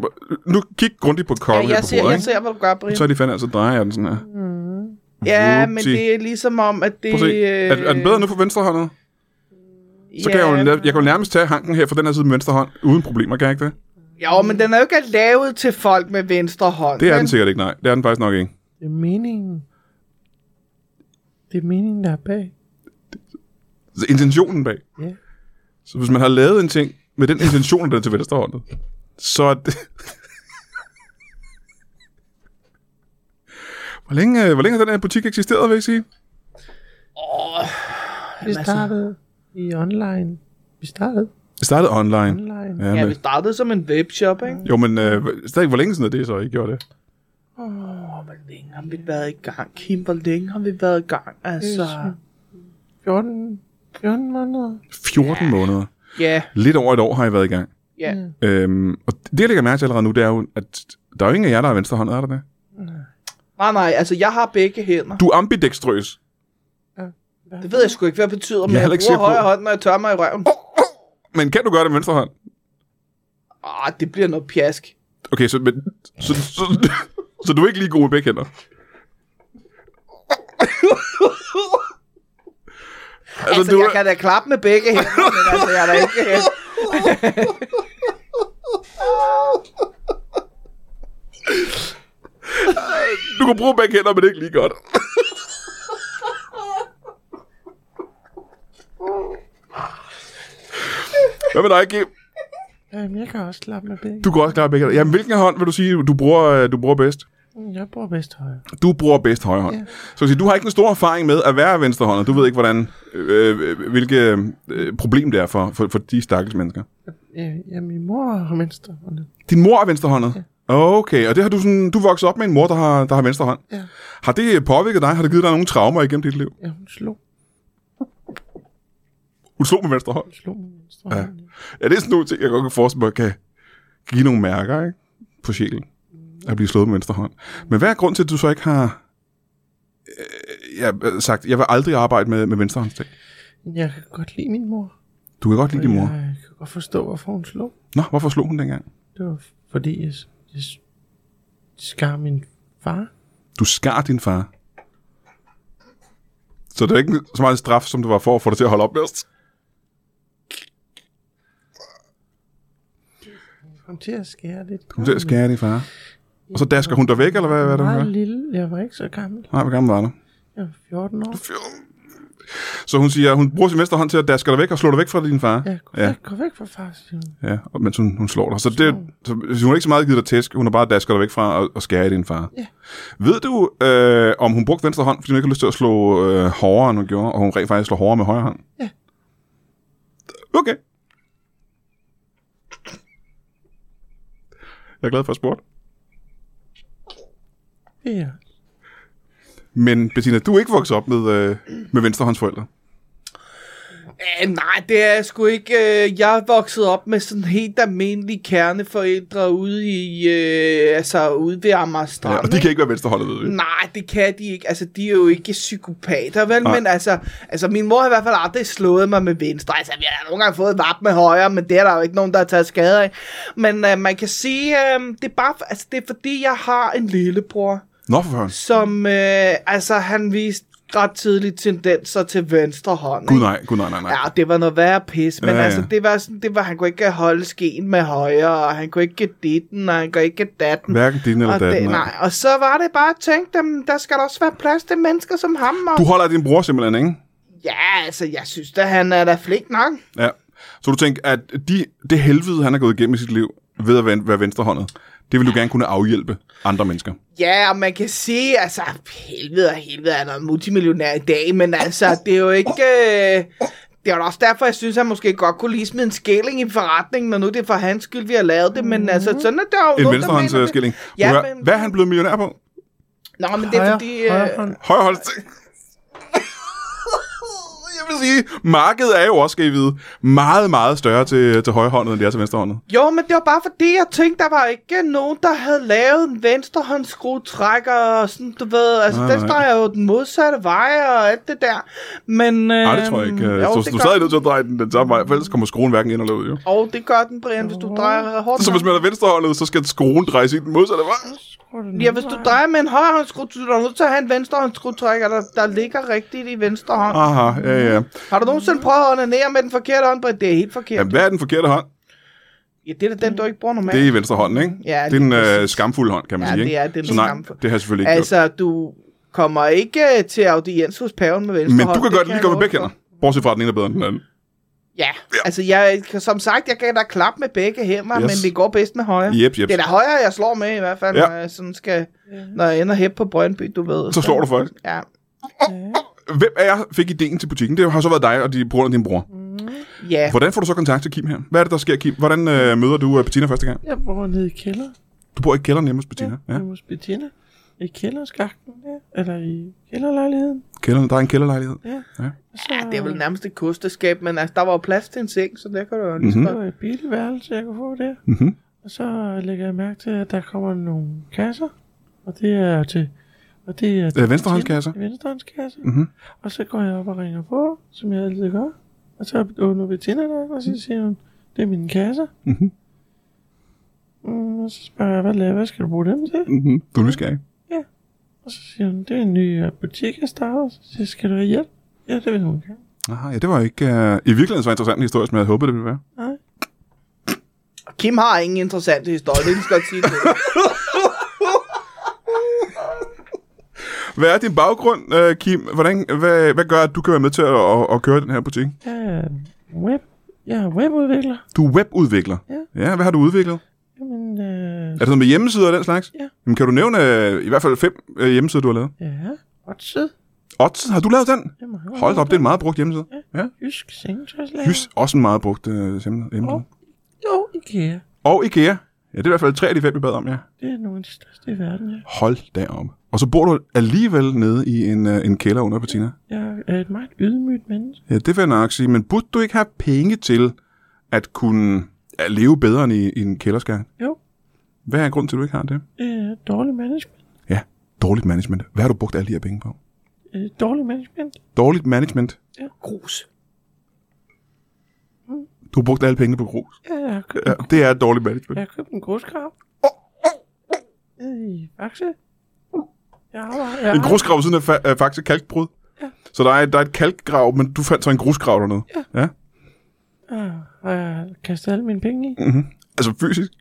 S1: Nu kig grundigt på koppen ja,
S2: Ja,
S1: her
S2: jeg,
S1: på
S2: ser,
S1: bordet.
S2: jeg
S1: ikke?
S2: ser, hvad du gør, Brian.
S1: Så er de fandme altså drejer jeg den sådan her. Prøv
S2: Ja, men
S1: Upsi.
S2: det er ligesom om, at det... øh,
S1: at se. Er, er den bedre nu for venstrehåndet? Så kan jeg, jo, nær- jeg kan jo nærmest tage hanken her fra den her side med venstre hånd, uden problemer, kan jeg ikke det?
S2: Jo, men den er jo ikke lavet til folk med venstre hånd.
S1: Det er
S2: men-
S1: den sikkert ikke, nej. Det er den faktisk nok ikke.
S3: Det er meningen. Det er meningen, der er bag.
S1: Så Altså, intentionen bag.
S3: Ja.
S1: Så hvis man har lavet en ting med den intention, at den er til venstre hånd, så er det... hvor, længe, øh, hvor længe har den her butik eksisteret, vil jeg sige?
S3: Vi startede i online. Vi startede
S1: Det startede online.
S3: online.
S1: Ja,
S2: Ja,
S1: men,
S2: vi startede som en webshop, ikke?
S1: jo, men øh, stadig, hvor længe siden er det så, I gjorde det?
S2: Hvor længe har vi været i gang? Kim, hvor længe har vi været i gang? Altså,
S3: sådan- 14, 14 måneder.
S1: 14 måneder.
S2: ja,
S1: Lidt over et år har I været i gang.
S2: ja.
S1: Øhm, og det, jeg lægger mærke til allerede nu, det er jo, at der er jo ingen af jer, der er venstrehåndet, er der det?
S2: Nej, nej, altså, jeg har begge hænder.
S1: Du er ambidextrøs.
S2: Det ved jeg sgu ikke, hvad det betyder, men
S1: Jeg er
S2: jeg,
S1: heller
S2: jeg
S1: ikke
S2: bruger
S1: sikker på-
S2: højre hånd, når jeg tørrer mig i røven.
S1: Men kan du gøre det med venstre hånd?
S2: Ah, det bliver noget pjask.
S1: Okay, så, men, så, så, så, [laughs] så du er ikke lige god med begge hænder?
S2: Altså, altså
S1: du-
S2: jeg kan da klappe med [laughs] begge hænder, men altså, jeg er da ikke...
S1: Du kan bruge begge hænder, men ikke lige godt. Hvad med dig, Kim?
S3: Jamen, jeg kan også slappe med begge.
S1: Du kan også klare begge hænder. Jamen, hvilken hånd vil du sige, du bruger, øh, du bruger bedst?
S3: Mm, Jeg bruger bedst højre.
S1: Du bruger bedst højre hånd.
S3: Ja.
S1: Yeah. Så vil sige, du har ikke en stor erfaring med at være venstrehåndet. Du ved ikke, hvordan, øh, øh, hvilke øh, problem det er for, for, for de stakkels mennesker.
S3: Ja, ja, min mor har venstre hånd.
S1: Din mor er venstrehåndet. Okay, og det har du sådan, du voksede op med en mor, der har, der har venstre hånd. Ja. Har det øh, påvirket dig? Har det givet dig nogle traumer igennem dit liv?
S3: Ja, hun slog,
S1: Hun slog med venstre hånd.
S3: slog med venstre ja. hånd.
S1: Ja, det er sådan nogle ting, jeg godt kan forestille mig, kan give nogle mærker ikke? på sjælen at blive slået med venstre hånd. Men hvad er grund til, at du så ikke har øh, ja, sagt, jeg vil aldrig arbejde med, med venstre håndsting?
S3: Men Jeg kan godt lide min mor.
S1: Du kan godt lide din mor.
S3: Jeg kan godt forstå, hvorfor hun slog.
S1: Nå, hvorfor slog hun dengang?
S3: Det var fordi, jeg, jeg skar min far.
S1: Du skar din far. Så det er ikke så meget en straf, som det var for at få dig til at holde op med os.
S3: Kom til at skære lidt.
S1: Kom til at skære din far. Og så dasker hun dig væk, eller hvad, hvad er det, hun
S3: Meget
S1: gør?
S3: lille. Jeg var ikke så gammel.
S1: Nej, hvor gammel var du?
S3: Jeg var 14 år.
S1: Så hun siger, hun bruger sin venstre hånd til at daske dig væk og slå dig væk fra din far.
S3: Ja, gå
S1: Ja.
S3: væk, gå væk fra far, siger hun.
S1: Ja, og mens hun, hun slår dig. Så, det, så hun har ikke så meget givet dig tæsk, hun har bare dasket dig væk fra at, at skære i din far.
S3: Ja.
S1: Ved du, øh, om hun brugte venstre hånd, fordi hun ikke har lyst til at slå øh, hårdere, end hun gjorde, og hun rent faktisk slår hårdere med højre hånd?
S3: Ja.
S1: Okay. Jeg er glad for at spørge.
S3: Det er jeg.
S1: Men Bettina, du er ikke vokset op med, øh, med venstrehåndsforældre.
S2: Æh, nej, det er jeg sgu ikke. Øh, jeg er vokset op med sådan helt almindelige kerneforældre ude i, øh, altså ude ved Amager Strand.
S1: Ja, og de kan ikke være venstrehåndet, ved vi.
S2: Nej, det kan de ikke. Altså, de er jo ikke psykopater, vel?
S1: Nej.
S2: Nej. Men altså, altså, min mor har i hvert fald aldrig slået mig med venstre. Altså, vi har da nogle gange fået et vap med højre, men det er der jo ikke nogen, der har taget skade af. Men øh, man kan sige, øh, det er bare, altså, det er fordi, jeg har en lillebror,
S1: Nå for høren.
S2: som, øh, altså, han viste ret tidligt tendenser til venstre hånd. ikke?
S1: Gud nej, gud nej, nej, nej.
S2: Ja, det var noget værre pis, men
S1: Ja, ja.
S2: ja, ja. altså, det var sådan, det var, han kunne ikke holde skeen med højre, og han kunne ikke ditten, og han kunne ikke datten.
S1: Hverken din eller
S2: og det,
S1: datten. nej.
S2: nej. og så var det bare at tænke dem, der skal der også være plads til mennesker som ham, og
S1: Du holder af din bror simpelthen, ikke?
S2: ja, altså, jeg synes da, han er da flink nok.
S1: Ja. Så du tænker, at de, det helvede, han har gået igennem i sit liv ved at være- være venstrehåndet, det vil du gerne kunne afhjælpe andre mennesker.
S2: Ja, og man kan sige, altså, helvede og helvede er noget multimillionær i dag, men altså, det er jo ikke... Øh, det var da også derfor, jeg synes, han måske godt kunne lige smide en skilling i forretningen, når nu det er for hans skyld, vi har lavet det, men altså, sådan er der jo...
S1: Mm-hmm. En øh,
S2: nogen, der mener det.
S1: venstrehåndsskilling.
S2: Ja,
S1: Ja,
S2: men-
S1: hvad er han blevet millionær på?
S2: Nå, men det er fordi... Øh,
S3: højre hånd.
S1: Højre hånd. Jeg vil sige, markedet er jo også, skal I vide, meget, meget større til, til højrehåndet, end det er til venstrehåndet.
S2: Jo, men det var bare fordi, jeg tænkte, der var ikke nogen, der havde lavet en venstrehåndsskruetrækker og sådan, du ved. Altså,
S1: Nej,
S2: nej, den
S1: nej.
S2: streger jo den modsatte vej og alt det der. Men... Øh,
S1: Nej, det tror jeg ikke.
S2: Jo,
S1: øh, Så
S2: det
S1: du
S2: gør
S1: stadig
S2: den.
S1: nødt til at dreje den den samme vej, for ellers kommer skruen hverken ind eller ud, jo.
S2: Og det gør den, Brian, hvis du drejer hårdt.
S1: Så hvis man er venstrehåndet, så skal skruen drejes i den modsatte vej.
S3: Tror du,
S2: Ja, hvis du drejer med en højrehåndsskruetrækker, er du nødt til at have en venstrehåndsskruetrækker, der, der ligger rigtigt i venstre
S1: Ah.
S2: hånd.
S1: Aha, ja, ja.
S2: Har du nogensinde prøvet at onanere med den forkerte hånd, Brian? Det er helt forkert.
S1: Jamen, hvad er den forkerte hånd?
S2: Ja, det er da den, du ikke bruger normalt.
S1: Det er i venstre hånd, ikke?
S2: Ja,
S1: det er
S2: lige
S1: en øh,
S2: præcis.
S1: skamfuld hånd, kan man
S2: Ja,
S1: sige,
S2: det
S1: ikke?
S2: er- det er
S1: Så
S2: en
S1: nej,
S2: skamfuld-
S1: det har jeg selvfølgelig ikke altså,
S2: Altså, du kommer ikke øh, til audiens hos paven med venstre
S1: gjort. Men du
S2: hånd,
S1: kan
S2: det
S1: godt lige
S2: jeg
S1: gå med
S2: love
S1: begge
S2: for.
S1: hænder. Bortset fra, at den ene er bedre end den anden.
S2: Ja, altså jeg, kan- som sagt, jeg kan da klappe med begge hænder,
S1: Yes.
S2: yes. men det går bedst med højre.
S1: Jep, jep.
S2: Det er da højre, jeg slår med i hvert fald,
S1: Ja.
S2: ja. når, jeg sådan skal, når jeg ender hæppe på Brøndby, du ved.
S1: Så slår du faktisk.
S2: Ja.
S1: Hvem af jer fik ideen til butikken? Det har så været dig og de, på grund af din bror.
S2: ja.
S1: Hvordan får du så kontakt til Kim her? Hvad er det, der sker, Kim? Hvordan øh, møder du øh, Bettina første gang?
S3: Jeg bor nede i kælder.
S1: Du bor i kælderen hjemme hos Bettina. Ja.
S3: Ja. Hos Bettina. I kælderskakten, ja. Eller i kælderlejligheden.
S1: Kælderen, der er en kælderlejlighed.
S3: Ja.
S1: Ja.
S3: Og så,
S2: ja, det er vel nærmest et kosteskab, men altså, der var jo plads til en seng, så der kan du jo lige så
S1: Mhm.
S3: Det
S2: godt.
S3: var et billigt værelse, jeg kunne få der.
S1: Mm-hmm.
S3: Og så lægger jeg mærke til, at der kommer nogle kasser. Og det er til... Og det er
S1: Øh, venstrehåndskasser?
S3: Venstrehåndskasser.
S1: Mhm.
S3: Og så går jeg op og ringer på, som jeg altid gør. Og så åbner Bettina der, og så siger hun, det er mine kasser.
S1: Mhm.
S3: Mm, og så spørger jeg, hvad, laver, hvad skal du bruge dem til?
S1: Mm-hmm. Du er nysgerrig.
S3: Og så siger hun, det er en ny øh, butik, jeg starter. Så siger jeg, skal du have hjælp? Ja, det vil hun gerne.
S1: Aha, ja, det var ikke øh, i virkeligheden så interessant en historie, som jeg havde håbet, det ville være.
S3: Nej.
S2: Kim har ingen interessante historie, det kan jeg lige så godt
S1: [laughs]
S2: sige det.
S1: Hvad er din baggrund, øh, Kim? Hvordan, hvad, hvad gør, at du kan være med til at, at, at køre den her butik?
S3: Jeg er web. Jeg er webudvikler.
S1: Du er webudvikler.
S3: Ja.
S1: ja hvad har du udviklet?
S3: Jamen,
S1: Er
S3: øh,
S1: det sådan med hjemmesider og den slags?
S3: Ja.
S1: Jamen, kan du nævne øh, i hvert fald fem øh, hjemmesider, du har lavet?
S3: ja, Otse.
S1: Odds, har du lavet den?
S3: Det er meget
S1: Hold da op, det er en meget brugt hjemmeside.
S3: Jysk sengetøjslager.
S1: Jys, også en meget brugt øh, hjemmeside.
S3: Og, jo, IKEA.
S1: Og IKEA. Ja, det er i hvert fald tre af de fem, vi bad om, ja.
S3: Det er nogle af de største i verden, ja.
S1: Hold da op. Og så bor du alligevel nede i en, øh, en kælder under Bettina.
S3: Jeg er et meget ydmygt menneske.
S1: Ja, det vil jeg nok sige. Men burde du ikke have penge til at kunne ja, leve bedre end i, i en kælderskærm?
S3: Jo,
S1: Hvad er grunden til, at du ikke har det?
S3: øh, dårlig management.
S1: Ja, dårligt management. Hvad har du brugt alle de her penge på?
S3: Øh, dårlig management.
S1: Dårligt management.
S2: Grus.
S1: Du har brugt alle pengene på grus.
S3: Ja, jeg har købt,
S1: Ja,
S3: en,
S1: det er dårligt management.
S3: jeg har købt en grusgrav. Nede i Faxe. Jeg arbejder, jeg
S1: En grusgrav ved siden af fa- øh, faktisk kalkbrud.
S3: Ja.
S1: Så der er, der er et kalkgrav, men du fandt så en grusgrav dernede. Ja. ja.
S3: Ah, og jeg har kastet alle mine penge i.
S1: Altså fysisk.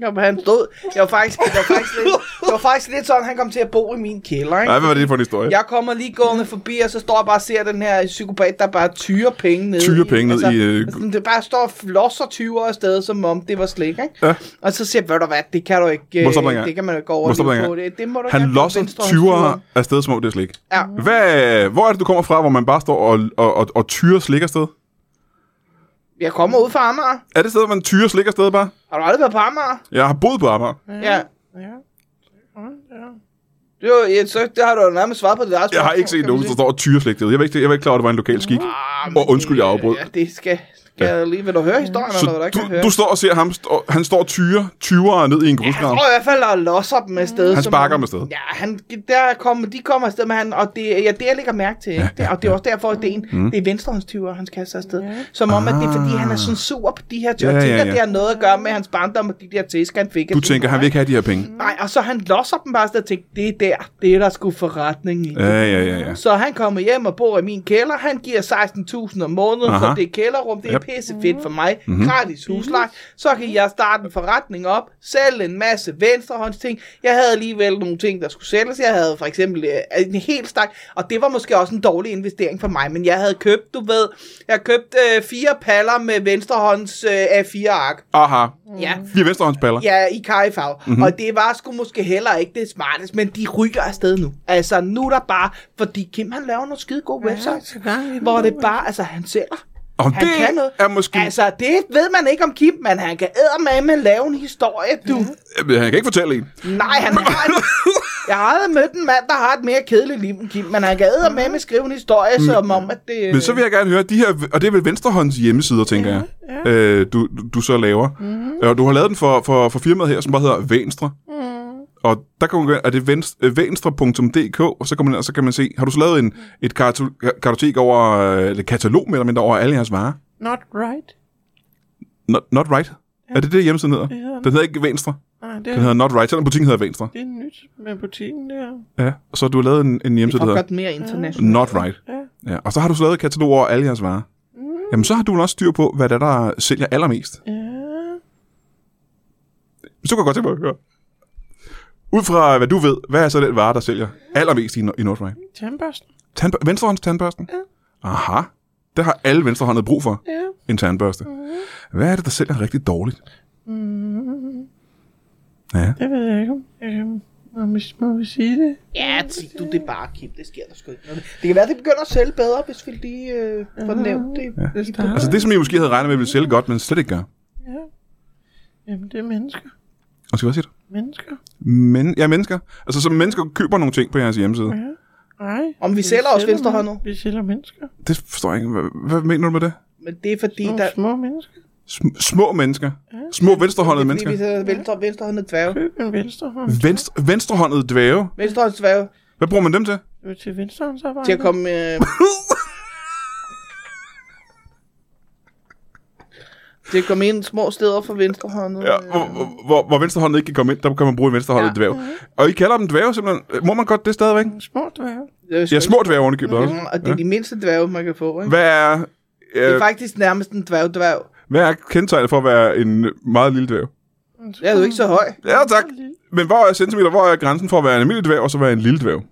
S2: Jamen, han stod... Jeg var faktisk, jeg var faktisk, lidt, jeg var faktisk lidt sådan, han kom til at bo i min kælder, ikke?
S1: Ej, hvad var det for en historie?
S2: Jeg kommer lige gående forbi, og så står jeg bare og ser den her psykopat, der bare tyrer penge ned.
S1: Tyrer penge ned i, øh,
S2: Altså, det bare står og flosser 20 af sted, som om det var slik, ikke?
S1: Ja.
S2: Og så siger jeg, ved du hvad, det kan du ikke,
S1: Må du stoppe en
S2: øh,
S1: gang?
S2: det kan man ikke gå
S1: Må
S2: over
S1: du stoppe en
S2: leve på.
S1: gang?
S2: Det, det må du
S1: Han
S2: gerne.
S1: losser
S2: Venstre hånd
S1: 20'er afsted som om det er slik.
S2: Ja.
S1: Hvad, hvor er det, du kommer fra, hvor man bare står og, og, og, og tyrer slik afsted?
S2: Jeg kommer ud fra Amager.
S1: Er det stedet, man tyrer slik afsted bare?
S2: Har du aldrig været på Amager?
S1: Jeg har boet på Amager.
S2: Ja.
S3: Ja. Ja.
S2: Det, var, ja, så, det har du jo nærmest svaret på det der
S1: Jeg har ikke set nogen, der står og tyrer slik derude. Jeg var ikke, jeg var ikke klar over, at det var en lokal skik. Og undskyld, jeg afbrød.
S2: Ah, Ja, det skal, skal ja. jeg lige... Vil du høre historien,
S1: Så
S2: eller hvad der ikke
S1: du,
S2: kan høre?
S1: du står og ser ham, stå, han står og tyrer 20'ere ned i en
S2: Jeg
S1: grusgrav.
S2: tror i hvert fald, der losser dem afsted.
S1: Han
S2: som
S1: sparker
S2: om-
S1: dem afsted.
S2: Ja, han, der kommer, de kommer afsted med han, og det, ja, det jeg lægger mærke til, ikke? Det, og det er også derfor, at det er, en, mm. det er venstrehåndstyver, han kaster afsted. Som om, at det er fordi, han er sådan sur på de her tøjer.
S1: Ah. Ja,
S2: Ja,
S1: ja,
S2: ja,
S1: ja.
S2: Det har noget at gøre med hans barndom og de der tæsk, han fik. af
S1: Du
S2: sin
S1: tænker,
S2: mor,
S1: han vil ikke have de her penge.
S2: Nej, og så han losser dem bare afsted og tænker, det er der, det er der sgu forretning i.
S1: Ja, ja, ja, ja.
S2: Så han kommer hjem og bor i min kælder. Han giver 16.000 om måneden Aha.
S1: Aha.
S2: for det kælderrum. Det er
S1: Yep. Mhm.
S2: pissefedt for mig. Mm-hmm. Gratis husleje. Så kan jeg starte en forretning op. Sælge en masse venstrehåndsting. Jeg havde alligevel nogle ting, der skulle sælges. Jeg havde for eksempel øh, en hel stak. Og det var måske også en dårlig investering for mig. Men jeg havde købt, du ved, jeg købte øh, fire paller med venstrehånds øh, A4-ark.
S1: Aha.
S2: Ja.
S1: Fire venstrehåndsballer.
S2: Ja, i karifarve.
S1: Mhm.
S2: Mm-hmm. Og det var sgu måske heller ikke det smarteste, men de ryger afsted nu. Altså, nu er der bare, fordi Kim han laver nogle skide gode websites,
S3: så gang i den
S2: hvor
S3: gode
S2: det bare, altså han sælger.
S1: Og
S2: Han
S1: det
S2: kan noget.
S1: er måske...
S2: Altså, det ved man ikke om Kim, men han kan eddermame lave en historie, du.
S1: Jamen, Han kan ikke fortælle en.
S2: Nej, han har
S1: [laughs]
S2: et, Jeg har aldrig mødt en mand, der har et mere kedeligt liv end Kim, men han kan eddermame skrive en historie, som om, at det...
S1: Mm. Men så vil jeg gerne høre, de her, og det er vel Venstrehånds hjemmesider, tænker jeg, øh, du, du- du så laver. Mm. Og du har lavet den for, for, for firmaet her, som bare hedder Venstre. Mm. Og der kan man, gå ind- er det øh, venstre, venstre.dk, og så kan, man, og så kan man se, har du så lavet en, et karto- kartotek over, øh, eller katalog med eller mindre over alle jeres varer?
S3: Not right.
S1: Not, not right? Er det det, hjemmesiden hedder?
S3: hedder den.
S1: Den hedder ikke Venstre.
S3: Nej, det
S1: Den
S3: er,
S1: hedder Not Right, selvom butikken hedder Venstre.
S3: det er nyt med butikken der.
S1: Ja. Og så har du lavet en, en hjemmeside, der
S2: Og
S1: hedder
S2: godt mere internationalt.
S1: Not Right.
S3: Ja.
S1: Ja. Og så har du så lavet et katalog over alle jeres varer. Jamen, så har du vel også styr på, hvad det er, der sælger allermest.
S3: Ja.
S1: Så kunne jeg godt tænke mig at høre. Ud fra hvad du ved, hvad er så den vare, der sælger allermest i, Nor- i Nordrhein?
S3: Tandbørsten.
S1: Tandbør- venstrehånds tandbørsten? Ja. Aha. Det har alle venstrehåndede brug for,
S3: Ja.
S1: en tandbørste. Mm. Hvad er det, der sælger rigtig dårligt? Mm. Ja.
S3: Det ved jeg ikke om. Øhm, må vi, må vi sige det?
S2: Ja, sig du, det er bare Kim, det sker der sgu ikke noget. ved. Det kan være, det begynder at sælge bedre, hvis vi lige øh, får nævnt det. Ja.
S3: Det starter.
S1: Altså det, som I måske havde regnet med, ville sælge godt, men slet ikke gør.
S3: Ja. Jamen, det er mennesker.
S1: Og skal jeg sige det?
S3: Mennesker.
S1: Men, ja, mennesker. Altså, som mennesker køber nogle ting på jeres hjemmeside.
S3: Ja. Nej.
S2: Om vi sælger også
S3: men-
S2: venstrehåndet.
S3: Vi sælger mennesker.
S1: Det forstår jeg ikke. Hvad, hvad mener du med det?
S2: Men det er fordi,
S3: Nogle
S2: der...
S3: små mennesker.
S1: Sm- små mennesker. Små venstrehåndede
S2: Fordi vi
S1: mennesker.
S2: sidder venstre, venstrehåndet dværge.
S3: Køb en venstre hånd.
S1: Venstre, venstrehåndede dvæve.
S2: Venstrehåndet dværge
S1: Hvad bruger man dem til?
S3: Ven- til venstre
S2: til at komme... Øh, til at komme ind små steder for venstrehåndet. øh,
S1: Ja, hvor, hvor- hvor, hvor venstrehånden ikke kan komme ind, der kan man bruge en venstrehåndet ja.
S2: Øhm. Ja. Mhm.
S1: dværg. Og I kalder dem dværge simpelthen. Må man godt det stadigvæk?
S3: Små dværge.
S2: Det er jo
S1: Ja,
S2: skønt.
S1: små dværge underkøbet også.
S2: Mm, Og det er de mindste dværge, man kan få, ikke?
S1: Hvad er,
S2: Det
S1: øh,
S2: er faktisk nærmest en dværg-dværg.
S1: hvad er kendetegnet for at være en meget lille dværg?
S2: Jeg er jo ikke så høj.
S1: Ja, tak. Men hvor er centimeter, hvor er grænsen for at være en almindelig dværg, og så være en lille dværg?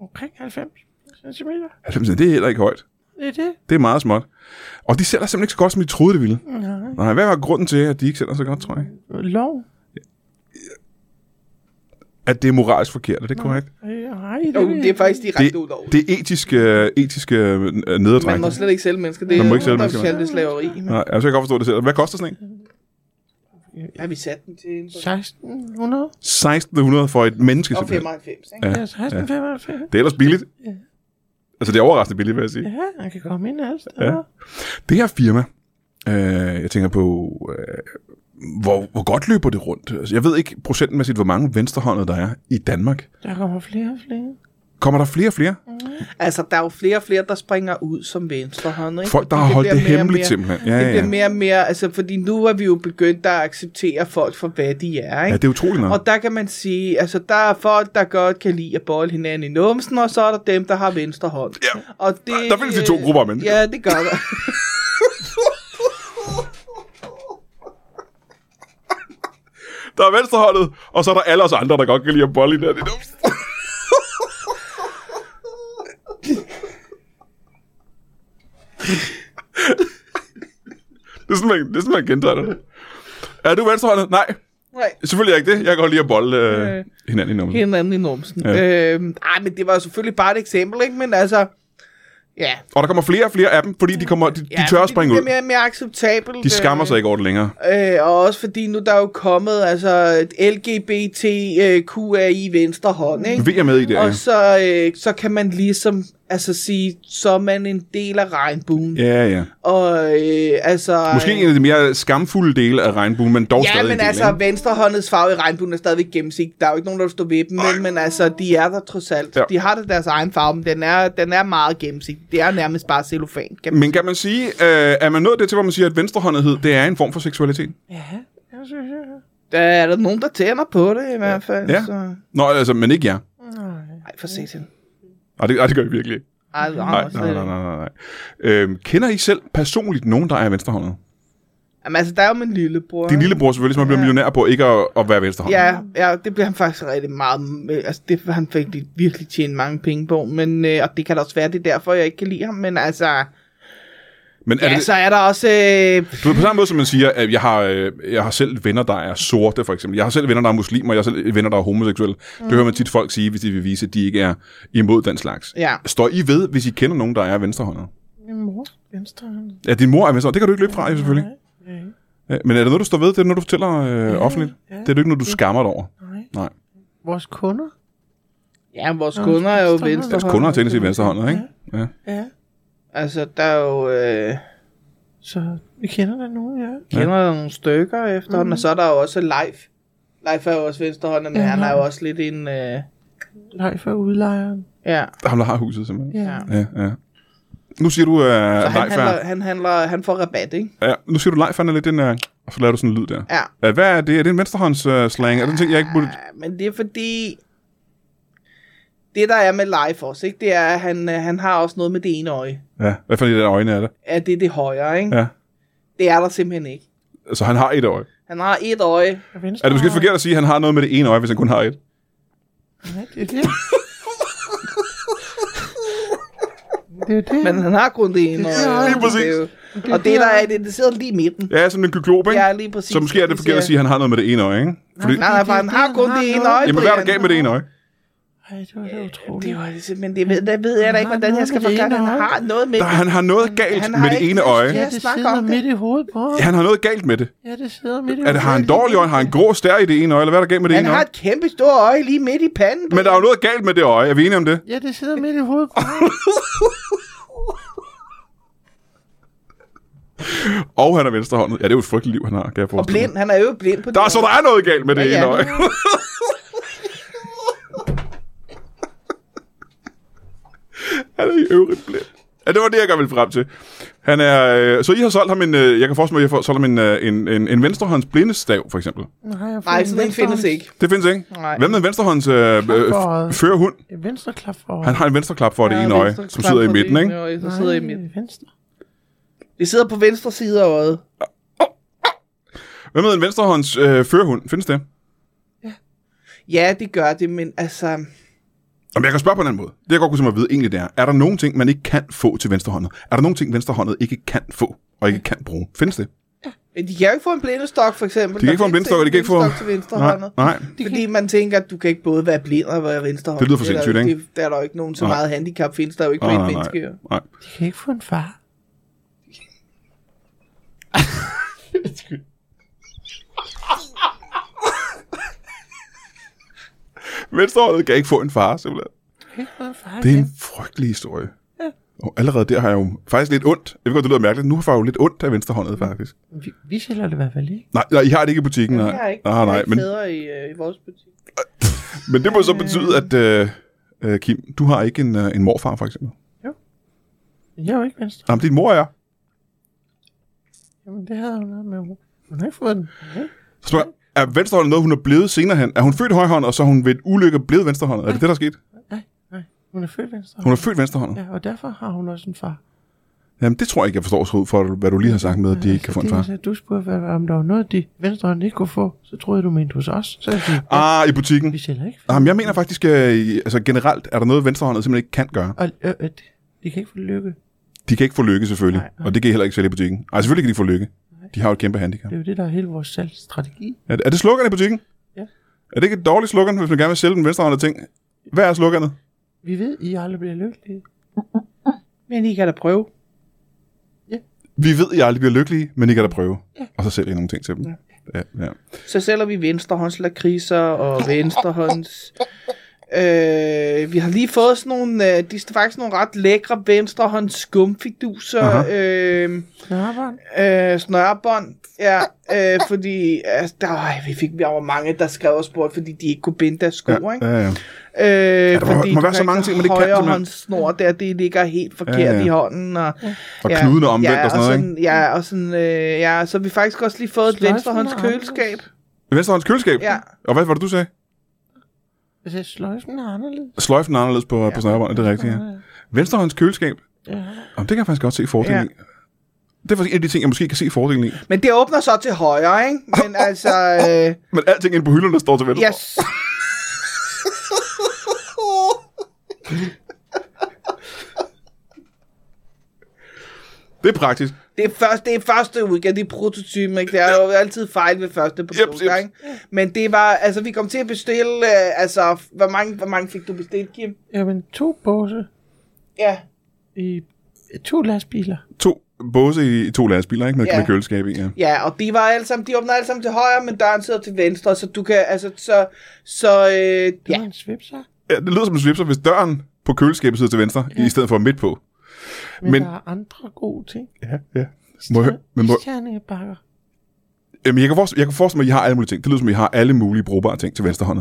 S3: Omkring 90 centimeter.
S1: 90 det er heller ikke højt.
S3: Det er det.
S1: Det er meget småt. Og de sælger simpelthen ikke så godt, som I troede, det ville.
S3: Nej.
S1: Nej, hvad var grunden til, at de ikke sælger så godt, tror jeg?
S3: Lov.
S1: At det er moralsk forkert, er det korrekt?
S3: Øh, Nej,
S2: Jo,
S3: ved
S2: det er
S3: jeg
S2: faktisk direkte ud over.
S1: Det, det er etisk, øh, etisk øh,
S2: Man
S1: nederdræk.
S2: må slet ikke sælge mennesker. Det er
S1: Man må ikke sælge
S2: der er
S1: mennesker, nej. altså,
S2: slaveri. men-
S1: Nej, jeg kan godt forstå det selv. Hvad koster sådan en?
S3: ikke.
S2: Har vi sat den til en?
S3: 1600?
S1: 1600 for et menneske,
S2: Og
S1: simpelthen.
S2: 95, ikke?
S1: Ja.
S2: Ja.
S3: Ja, 1695.
S1: Det er ellers billigt.
S3: Ja.
S1: Altså, det er overraskende billigt, vil jeg sige.
S3: Ja, han kan komme ind alle steder.
S1: Ja. Det her firma, øh, jeg tænker på, øh, hvor, hvor godt løber det rundt? Altså, jeg ved ikke procentmæssigt, hvor mange venstrehåndede der er i Danmark.
S3: Der kommer flere og flere.
S1: Kommer der flere og flere?
S2: Altså, der er jo flere og flere, der springer ud som venstrehånd, ikke?
S1: Folk, der
S2: Fordi
S1: har holdt
S2: bliver
S1: det
S2: mere og
S1: hemmeligt
S2: mere-
S1: simpelthen. Ja,
S2: Det
S1: ja,
S2: bliver
S1: ja.
S2: mere og mere, altså, fordi nu er vi jo begyndt at acceptere folk for, hvad de er,
S1: ja,
S2: ikke?
S1: det er utroligt nok.
S2: Og der kan man sige, altså der er folk, der godt kan lide at bolle hinanden i numsen, og så er der dem, der har venstre hånd.
S1: Ja.
S2: Og det,
S1: Der findes de to
S2: øh,
S1: grupper af mennesker.
S2: Ja, det gør der.
S1: [laughs] Der er venstrehåndet, og så er der alle os andre, der godt kan lide at bolle i det. her. Det er dumt. det er sådan, man, det er sådan, man gentager det. Er du venstrehåndet? Nej,
S2: Nej,
S1: selvfølgelig er jeg ikke det. Jeg kan godt lide at bolle øh,
S2: Øh.
S1: hinanden i numsen.
S2: hinanden i numsen.
S1: Ja.
S2: Ja. Øhm, ej, men det var jo selvfølgelig bare et eksempel, ikke? Men altså, ja.
S1: Og der kommer flere og flere af dem, fordi de, kommer, de, de
S2: ja,
S1: tør
S2: fordi
S1: at springe
S2: det
S1: ud.
S2: bliver mere og mere acceptabelt.
S1: De skammer sig ikke over det længere.
S2: Øh, og også fordi nu der er jo kommet altså et LGBTQI venstre hånd, ikke?
S1: Vi er med i det.
S2: Og så, øh, så kan man ligesom altså sige, så er man en del af regnbuen.
S1: Ja, ja. ja.
S2: Og øh, altså...
S1: Måske
S2: øh,
S1: en af de mere skamfulde dele af regnbuen, men dog
S2: Ja,
S1: stadig en
S2: men
S1: del,
S2: altså,
S1: ikke?
S2: venstrehåndets farve i regnbuen er stadigvæk gennemsigtig. Der er jo ikke nogen, der vil stå ved dem, men, men altså, de er der trods alt.
S1: Ja.
S2: Ja. De har da deres egen farve, men den er, den er meget gennemsigtig. Det er nærmest bare cellofan. Kan man...
S1: Men kan man sige, øh, er man nået det til, hvor man siger, at venstrehåndethed, det er en form for seksualitet?
S3: Ja, jeg synes, jeg...
S2: Der Øh, er der nogen, der tænder på det i hvert fald.
S1: Ja.
S2: Så...
S1: Nå, altså, men ikke jer.
S3: Nej.
S2: Ej, for satan.
S1: Nej, det, ej, det gør I virkelig ikke.
S2: Ej, nej,
S1: Nej, nej, nej, nej, nej. nej. Øhm, kender I selv personligt nogen, der er venstrehåndet?
S2: Jamen, altså, der er jo min lillebror.
S1: Din lillebror selvfølgelig, som er blevet
S2: Ja.
S1: millionær på ikke at, at være venstrehåndet.
S2: Ja, ja, det bliver han faktisk rigtig meget... med. Altså, det han fik de virkelig tjent mange penge på, men, øh, og det kan da også være, det er derfor, jeg ikke kan lide ham, men altså...
S1: Men er
S2: Ja,
S1: det,
S2: så er der også... Øh,
S1: du ved, på samme måde, som man siger, at jeg har, øh, jeg har selv venner, der er sorte, for eksempel. Jeg har selv venner, der er muslimer, jeg har selv venner, der er homoseksuelle. Mm. Det hører man tit folk sige, hvis de vil vise, at de ikke er imod den slags.
S2: ja.
S1: Står I ved, hvis I kender nogen, der er venstrehåndet?
S3: Min mor, venstre hånd.
S1: Ja, din mor er venstrehåndet. Det kan du ikke løbe fra, selvfølgelig.
S3: Nej, nej,
S1: Ja, Øh, men er det noget, du står ved? Det er noget, du fortæller øh, offentligt?
S3: ja.
S1: Det er det ikke noget, du skammer dig over?
S3: nej.
S1: Nej.
S3: Vores kunder?
S2: Ja, vores
S3: Nå,
S2: kunder er jo
S3: venstre hånd.
S1: Deres
S2: venstrehånd.
S1: kunder er teknisk set venstrehåndet, ikke? Ja.
S3: Ja,
S2: Altså, der er jo... Øh,
S3: så vi kender da nogen, ja.
S2: kender ja. nogle stykker efterhånden, mm. og så er der jo også Leif. Leif er jo også venstrehånden, men
S3: Mhm. Ja.
S2: ja. han er jo også lidt en... Øh,
S3: Nej, for udlejeren.
S2: ja,
S1: Ham, der har huset, simpelthen.
S3: Ja.
S1: Ja, ja. Nu siger du, øh,
S2: så han,
S1: Leif er,
S2: handler, han, handler, han får rabat, ikke?
S1: ja, nu siger du Leif han er lidt den der, og så laver du sådan en lyd der.
S2: Ja.
S1: Ja. Hvad er det? Er det en venstrehåndsslang? Uh, slang? er det en ting, jeg ikke burde...
S2: ja. Men det er fordi... Det, der er med Leif også, ikke? Det er, at han, øh, han har også noget med det ene øje.
S1: Ja, hvad for en af de øjne er det?
S2: Ja, det er det højre, ikke? Ja.
S1: Ja.
S2: Det er der simpelthen ikke.
S1: Så han har et øje.
S2: Han har et øje.
S3: Og venstre
S1: Er det måske lidt
S3: hånd.
S1: forkert at sige, at han har noget med det ene øje, hvis han kun har et?
S3: Ja, det er det. det er det.
S2: Men han har kun det ene
S3: Ja,
S2: øje.
S1: lige præcis.
S2: Det er jo- Og det, der er det, det sidder lige i midten.
S1: Ja, sådan en kyklop, ikke?
S2: Ja, lige præcis.
S1: så måske er det forkert at sige, at han har noget med det ene øje, ikke? Fordi,
S2: Nej, nej, for han har kun det ene øje.
S1: jamen, hvad er der
S2: Brian.
S1: galt med det ene øje?
S3: Ej, det var da utroligt.
S2: Det var det simpelthen, det ved, der ved jeg da ikke,
S3: Han har
S2: hvordan jeg skal
S3: noget med det
S2: forklare, det.
S3: ene
S2: han har
S3: øje.
S2: noget med
S1: Der, han har noget galt
S2: Han har
S1: med det
S2: ikke
S1: ene
S2: lyst
S1: øje.
S2: til-
S3: Ja,
S2: Jeg
S3: det
S2: snakker
S3: sidder
S2: om det.
S3: midt i hovedet på ham.
S1: Han har noget galt med det.
S3: Ja, det sidder midt i
S1: Er det, har han dårlig øje? Har han grå stær i det ene øje? Eller hvad er der galt med det
S2: Han
S1: ene
S2: har
S1: øje?
S2: et kæmpe stort øje lige midt i panden.
S1: Men der er jo noget galt med det øje. Er vi enige om det?
S3: Ja, det sidder midt i hovedet på ham.
S1: Og han er venstrehåndet. Ja, det er jo et frygteligt liv, han har, kan jeg
S2: Og
S1: forestille mig.
S2: blind, han er jo blind på
S1: Der er,
S2: det.
S1: så der er noget galt med det
S2: Ja,
S1: ja,
S2: ja.
S1: ene øje. [laughs] han er i øvrigt blind. Ja, det var det, jeg gerne ville frem til. Han er, øh, så I har solgt ham en, øh, jeg kan forestille mig, at I har solgt ham en, øh, en, en, en venstrehånds blindestav, for eksempel.
S3: Nej, jeg får
S2: Nej,
S3: en
S2: sådan en
S3: venstre
S2: findes
S3: hånd.
S2: ikke.
S1: Det findes ikke.
S2: Nej.
S1: Hvem er en venstrehånds øh, øh,
S3: Klapforøjet.
S1: fører hund?
S3: En venstre klap for
S1: Han har en venstreklap for det ene øje, som sidder i midten, ikke?
S2: Som sidder i midten.
S3: Nej, venstre.
S2: Det sidder på venstre side af øjet.
S1: Hvem er en venstrehånds øh, førerhund? Findes det?
S2: Ja, det gør det, men altså...
S1: Om jeg kan spørge på en anden måde. Det jeg godt kunne tænke mig at vide egentlig, det er, er der nogen ting, man ikke kan få til venstrehåndet? Er der nogen ting, venstrehåndet ikke kan få og ikke kan bruge? Findes det?
S2: De kan jo ikke få en blindestok, for eksempel.
S1: De kan ikke få en blindstok, og de kan ikke få...
S2: Blindestok til venstre
S1: nej,
S2: hånd.
S1: nej.
S2: Fordi man tænker, at du kan ikke både være blind og være venstre hånd.
S1: Det lyder for sindssygt, ikke?
S2: Det, der er der jo ikke nogen så
S1: Nej.
S2: meget handicap, findes der jo ikke på
S1: Nej,
S2: et
S1: nej,
S2: menneske.
S1: nej,
S2: jo.
S1: nej.
S3: De kan ikke få en far.
S1: Venstrehåndet kan ikke få en far, simpelthen. Det er en frygtelig historie. Og allerede der har jeg jo faktisk lidt ondt. Jeg ved godt, det lyder mærkeligt. Nu har jeg jo lidt ondt af venstrehåndet, faktisk.
S3: Vi, vi sælger det i hvert fald ikke.
S1: Nej, nej, I har det ikke i butikken. Nej,
S2: Jeg har ikke,
S1: nej,
S2: jeg har
S1: nej
S2: ikke
S1: men,
S2: fædre i, øh, i vores butik.
S1: men det må så betyde, at øh, øh, Kim, du har ikke en, øh, en morfar, for eksempel.
S3: Men jeg er jo ikke venstre.
S1: Nej, men din mor er.
S3: Jamen, det havde hun noget med. Hun hun har ikke fået den. Ja.
S1: Så spørger, jeg, er venstrehånden noget, hun er blevet senere hen? Er hun født højhåndet, og så er hun ved et ulykke blevet venstrehåndet? Er det det, der er sket?
S3: Nej, nej. Hun er født venstre.
S1: Hun er født venstrehåndet?
S3: Ja, og derfor har hun også en far.
S1: Jamen, det tror jeg ikke, jeg forstår så ud for, hvad du lige har sagt med, at de ikke kan få en
S3: Altså, det var
S1: far.
S3: så, at du spurgte, hvad, om der var noget, de venstrehånden ikke kunne få, så troede jeg, du mente hos os. Så jeg sige, ja,
S1: Ah, i butikken.
S3: vi sælger ikke.
S1: Jamen, jeg mener faktisk, øh, i- altså generelt er der noget, venstrehåndet simpelthen ikke kan gøre.
S3: Og, øh, øh, de, de kan ikke få lykke.
S1: De kan ikke få lykke, selvfølgelig.
S3: Nej,
S1: Nej,
S3: nej.
S1: nej. Og det kan I heller ikke sælge i butikken. Nej, selvfølgelig kan de få lykke. De har jo et kæmpe handicap.
S3: Det er jo det, der er hele vores salgsstrategi.
S1: Er det, er det slogan i butikken?
S3: Ja.
S1: Er det ikke et dårligt slogan, hvis man gerne vil sælge den venstrehåndede ting? Hvad er sloganet?
S3: Vi ved, I aldrig bliver lykkelige.
S2: Men I kan da prøve.
S1: Vi ved, at I aldrig bliver lykkelige, men I kan da prøve. Og så sælger I nogle ting til dem. Ja, ja.
S2: Så sælger vi venstrehåndslakriser og venstrehånds... Øh, vi har lige fået sådan nogle, øh, de er faktisk nogle ret lækre venstrehånds skumfiduser,
S1: Aha.
S2: øh,
S3: Snarbånd.
S2: øh, snørebånd, ja, øh, fordi altså, der, øj, vi fik vi var mange, der skrev og spurgte, fordi de ikke kunne binde deres sko, ikke?
S1: ja, ja.
S2: Øh, ja,
S1: der må- må være så mange ting, man ikke kan, simpelthen.
S2: snor der, det ligger helt forkert ja,
S1: Ja,
S2: ja.
S1: ja.
S2: i hånden. Og,
S1: Og knudene omvendt
S2: ja,
S1: og sådan noget, ikke?
S2: sådan, Ja, og sådan, øh, ja, så har vi faktisk også lige fået et
S3: Sløjfen
S2: venstrehånds
S3: og
S2: køleskab.
S1: Venstrehånds køleskab?
S2: Ja.
S1: Og hvad var det, du sagde?
S3: Altså, sløjfen er anderledes. øh,
S1: Sløjfen er anderledes på, ja. på snørebåndet, det er rigtigt, ja. Venstrehånds køleskab?
S3: Ja.
S1: Jamen, det kan jeg faktisk godt se fordelen ja. i. Det er faktisk en af de ting, jeg måske kan se fordelen i.
S2: Men det åbner så til højre, ikke?
S1: [laughs]
S2: Men altså, øh,
S1: Men alting inde på hylderne står til venstre.
S2: yes.
S1: Det er praktisk.
S2: Det er, først, det er første udgave, det er prototypen, ikke? Der er jo altid fejl ved første produkt,
S1: Jeps, jeps.
S2: ikke? Men det var, altså, vi kom til at bestille, øh, altså, f- hvor mange, hvor mange fik du bestilt, Kim?
S3: Jamen, to båse
S2: Ja.
S3: i to lastbiler.
S1: To båse i, i to lastbiler, ikke? Med,
S2: Ja.
S1: ja. med køleskab i, ja.
S2: Ja, og de var alle sammen, de åbner alle sammen til højre, men døren sidder til venstre, så du kan, altså, så, så, øh,
S3: Det
S2: ja.
S3: var en svipser.
S1: ja. Det lyder som en svipser, hvis døren på køleskabet sidder til venstre, ja. i stedet for midt på.
S3: Men, men,
S1: Men-
S3: der er andre gode ting.
S1: Ja, ja. Må jeg, hø- men må,
S3: Stjernebakker.
S1: jamen, jeg, kan forestille, jeg kan forestille mig, at I har alle mulige ting. Det lyder som, at I har alle mulige brugbare ting til venstre hånd.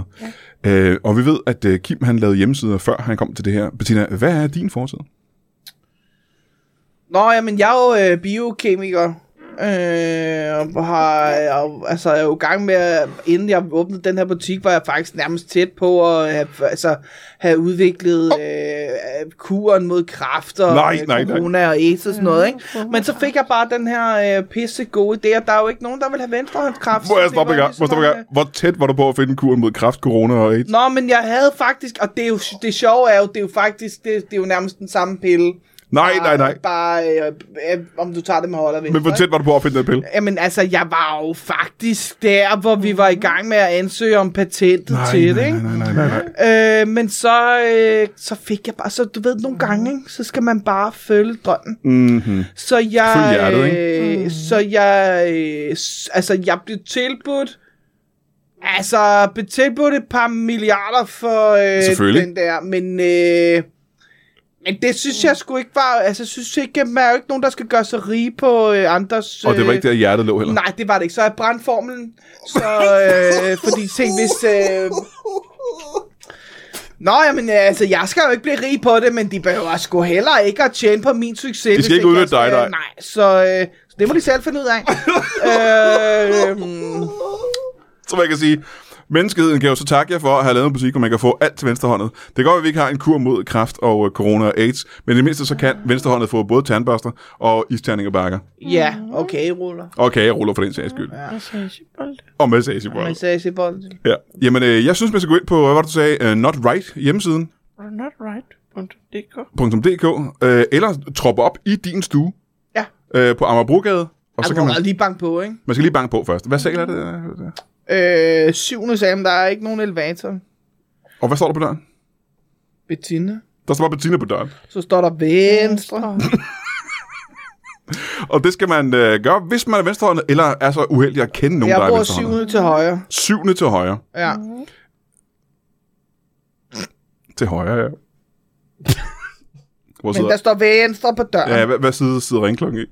S1: Ja. Øh, og vi ved, at øh, Kim han lavede hjemmesider, før han kom til det her. Bettina, hvad er din forside?
S2: Nå, jamen, jeg er jo øh, biokemiker. Øh, og har, og, altså, jeg er jo i gang med, at- inden jeg åbnede den her butik, var jeg faktisk nærmest tæt på at have, altså, have udviklet øh, kuren mod kræft og
S1: Nej,
S2: øh,
S1: nej, Mm, nej.
S2: corona og AIDS og sådan noget. Ikke? Men så fik jeg bare den her øh, pisse gode idé, at der er jo ikke nogen, der vil have venstrehåndskræft.
S1: Må
S2: så
S1: jeg
S2: det
S1: stoppe
S2: var
S1: i gang?
S2: ligesom
S1: Må jeg stoppe i
S2: om, øh,
S1: gang? Hvor tæt var du på at finde kuren mod kræft, corona og AIDS?
S2: Nå, men jeg havde faktisk, og det, er jo, det sjove er jo, det er jo faktisk, det, det er jo nærmest den samme pille.
S1: Nej, nej, nej.
S2: Bare, øh, øh, om du tager det med holder ved.
S1: Men hvor tæt var du på at finde den pille?
S2: Jamen altså, jeg var jo faktisk der, hvor vi var i gang med at ansøge om patentet til det,
S1: Mm. nej,
S2: ikke?
S1: nej, nej, nej, nej.
S2: Øh, men så, øh, så fik jeg bare, så du ved, nogle gange,
S1: Mm.
S2: ikke? så skal man bare følge drømmen.
S1: Mm-hmm.
S2: Så jeg,
S1: Følg hjertet,
S2: øh, så jeg, øh, s- altså jeg blev tilbudt, altså blev tilbudt et par milliarder for øh,
S1: Selvfølgelig.
S2: den der, men, øh, men det synes jeg sgu ikke var, altså jeg synes ikke, at man er jo ikke nogen, der skal gøre sig rige på øh, andres...
S1: Og det var
S2: øh,
S1: ikke der, hjertet lå heller?
S2: Nej, det var det ikke. Så jeg brændte formlen. Så,
S1: [laughs]
S2: øh, fordi tænk, hvis... Øh... Nå, jamen, altså, jeg skal jo ikke blive rig på det, men de behøver sgu heller ikke at tjene på min succes. hvis
S1: ikke udnytte
S2: jeg skal-
S1: dig, nej.
S2: Nej, så øh, så det må de selv finde
S1: [laughs]
S2: ud af. øh, øhm,
S1: Så man kan sige, menneskeheden kan jo så takke jer for at have lavet en butik, hvor man kan få alt til venstrehåndet. Det kan godt være, at vi ikke har en kur mod kræft og øh, corona og AIDS, men i det mindste så kan venstrehåndet få både tandbørster og isterning og bakker.
S2: ja, okay, ruller.
S1: Og kageruller for den sags skyld.
S3: Massagebold.
S1: Og massagebold.
S2: Massagebolden.
S1: Ja. Jamen, øh, jeg synes, man skal gå ind på, hvad var det, du sagde, uh, Not Right hjemmesiden.
S3: Notright.dk
S1: .dk, øh, eller troppe op i din stue
S2: Ja,
S1: øh, på Amagerbrogade, og så
S2: altså,
S1: kan man,
S2: lige banke på, ikke?
S1: man skal lige banke på først. Hvad sal er det? øh?
S2: Øh, syvende sammen, der er ikke nogen elevator.
S1: Og hvad står der på døren?
S2: Bettina.
S1: Der står bare Bettina på døren.
S2: Så står der venstre.
S1: Og det skal man øh, gøre, hvis man er venstrehåndet, eller er så uheldig at kende nogen,
S2: Jeg
S1: der er
S2: bor
S1: venstrehåndet.
S2: syvende til højre.
S1: Syvende til højre.
S2: Ja.
S1: Til højre, ja. Hvor
S2: Men der
S1: sidder...
S2: står venstre på døren.
S1: Ja, hvad, hvad side sidder ringklokken i?
S2: Ja.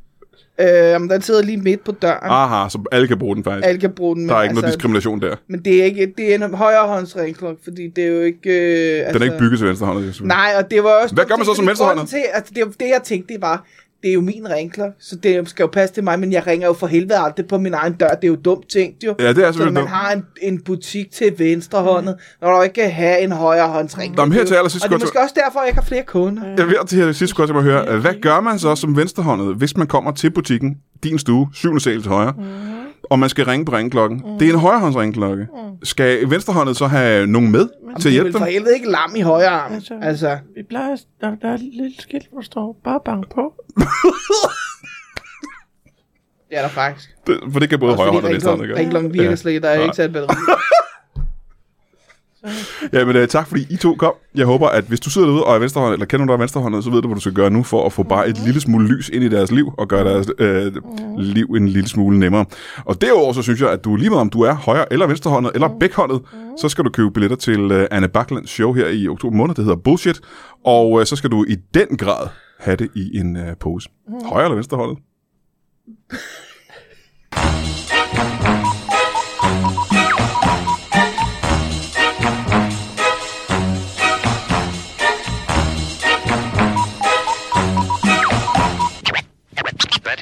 S2: Øh, den sidder lige midt på døren. Ah,
S1: Aha, så alle kan bruge den faktisk.
S2: Alle kan bruge den. men altså-
S1: Der er ikke noget diskrimination der.
S2: Men det er, ikke, det er en højrehåndsringklok, fordi det er jo ikke... Øh, altså,
S1: Den er ikke bygget til venstre hånd. det er selvfølgelig.
S2: Nej, og det var også...
S1: Hvad gør man så som
S2: Grunden
S1: venstrehåndet?
S2: Til, at det, er jo- det, jeg tænkte, det var, det er jo min ringklok, så det skal jo passe til mig, men jeg ringer jo for helvede aldrig på min egen dør. Det er jo dumt tænkt jo.
S1: Ja, det er
S2: så
S1: selvfølgelig
S2: man
S1: dumt.
S2: har en, en butik til venstrehåndet, når du ikke kan have en højrehåndsringklok.
S1: Nå, men her til allersidst
S2: Og det
S1: godt-
S2: er måske også derfor, jeg ikke har flere kunder.
S1: Jeg vil til her sidst godt tænke mig at høre, hvad gør man så som venstrehåndet, hvis man kommer til butikken, din stue, syvende sal til højre,
S2: Mhm.
S1: og man skal ringe på ringklokken? Det er en højrehånds ringklokke. Skal venstrehåndet så have nogen med til at
S2: Mhm. Det er
S1: hjælpe
S2: vel for
S1: dem?
S2: helvede ikke lam i højre arm.
S3: Altså-
S2: Altså,
S3: Vi plejer, der, der er et lille skilt, hvor der står, bare bank på.
S2: det er der faktisk.
S1: Det- For det kan både
S2: Også fordi
S1: højrehånd og venstrehånd
S2: ringklokken-
S1: gøre.
S2: ringklokken virker
S1: Ja.
S2: slet ikke, der er ikke sat batteri.
S1: Ja, men uh, tak fordi I to kom. Jeg håber, at hvis du sidder derude og er venstrehåndet, eller kender nogen, der er venstrehåndet, så ved du, hvad du skal gøre nu for at få bare et lille smule lys ind i deres liv, og gøre deres øh, liv en lille smule nemmere. Og derudover så synes jeg, at du lige meget om du er højre eller venstrehåndet, eller begge så skal du købe billetter til øh, Anne Baklands show her i oktober måned, det hedder Bullshit. Og øh, så skal du i den grad have det i en øh, pose. Højre eller venstrehåndet?
S4: That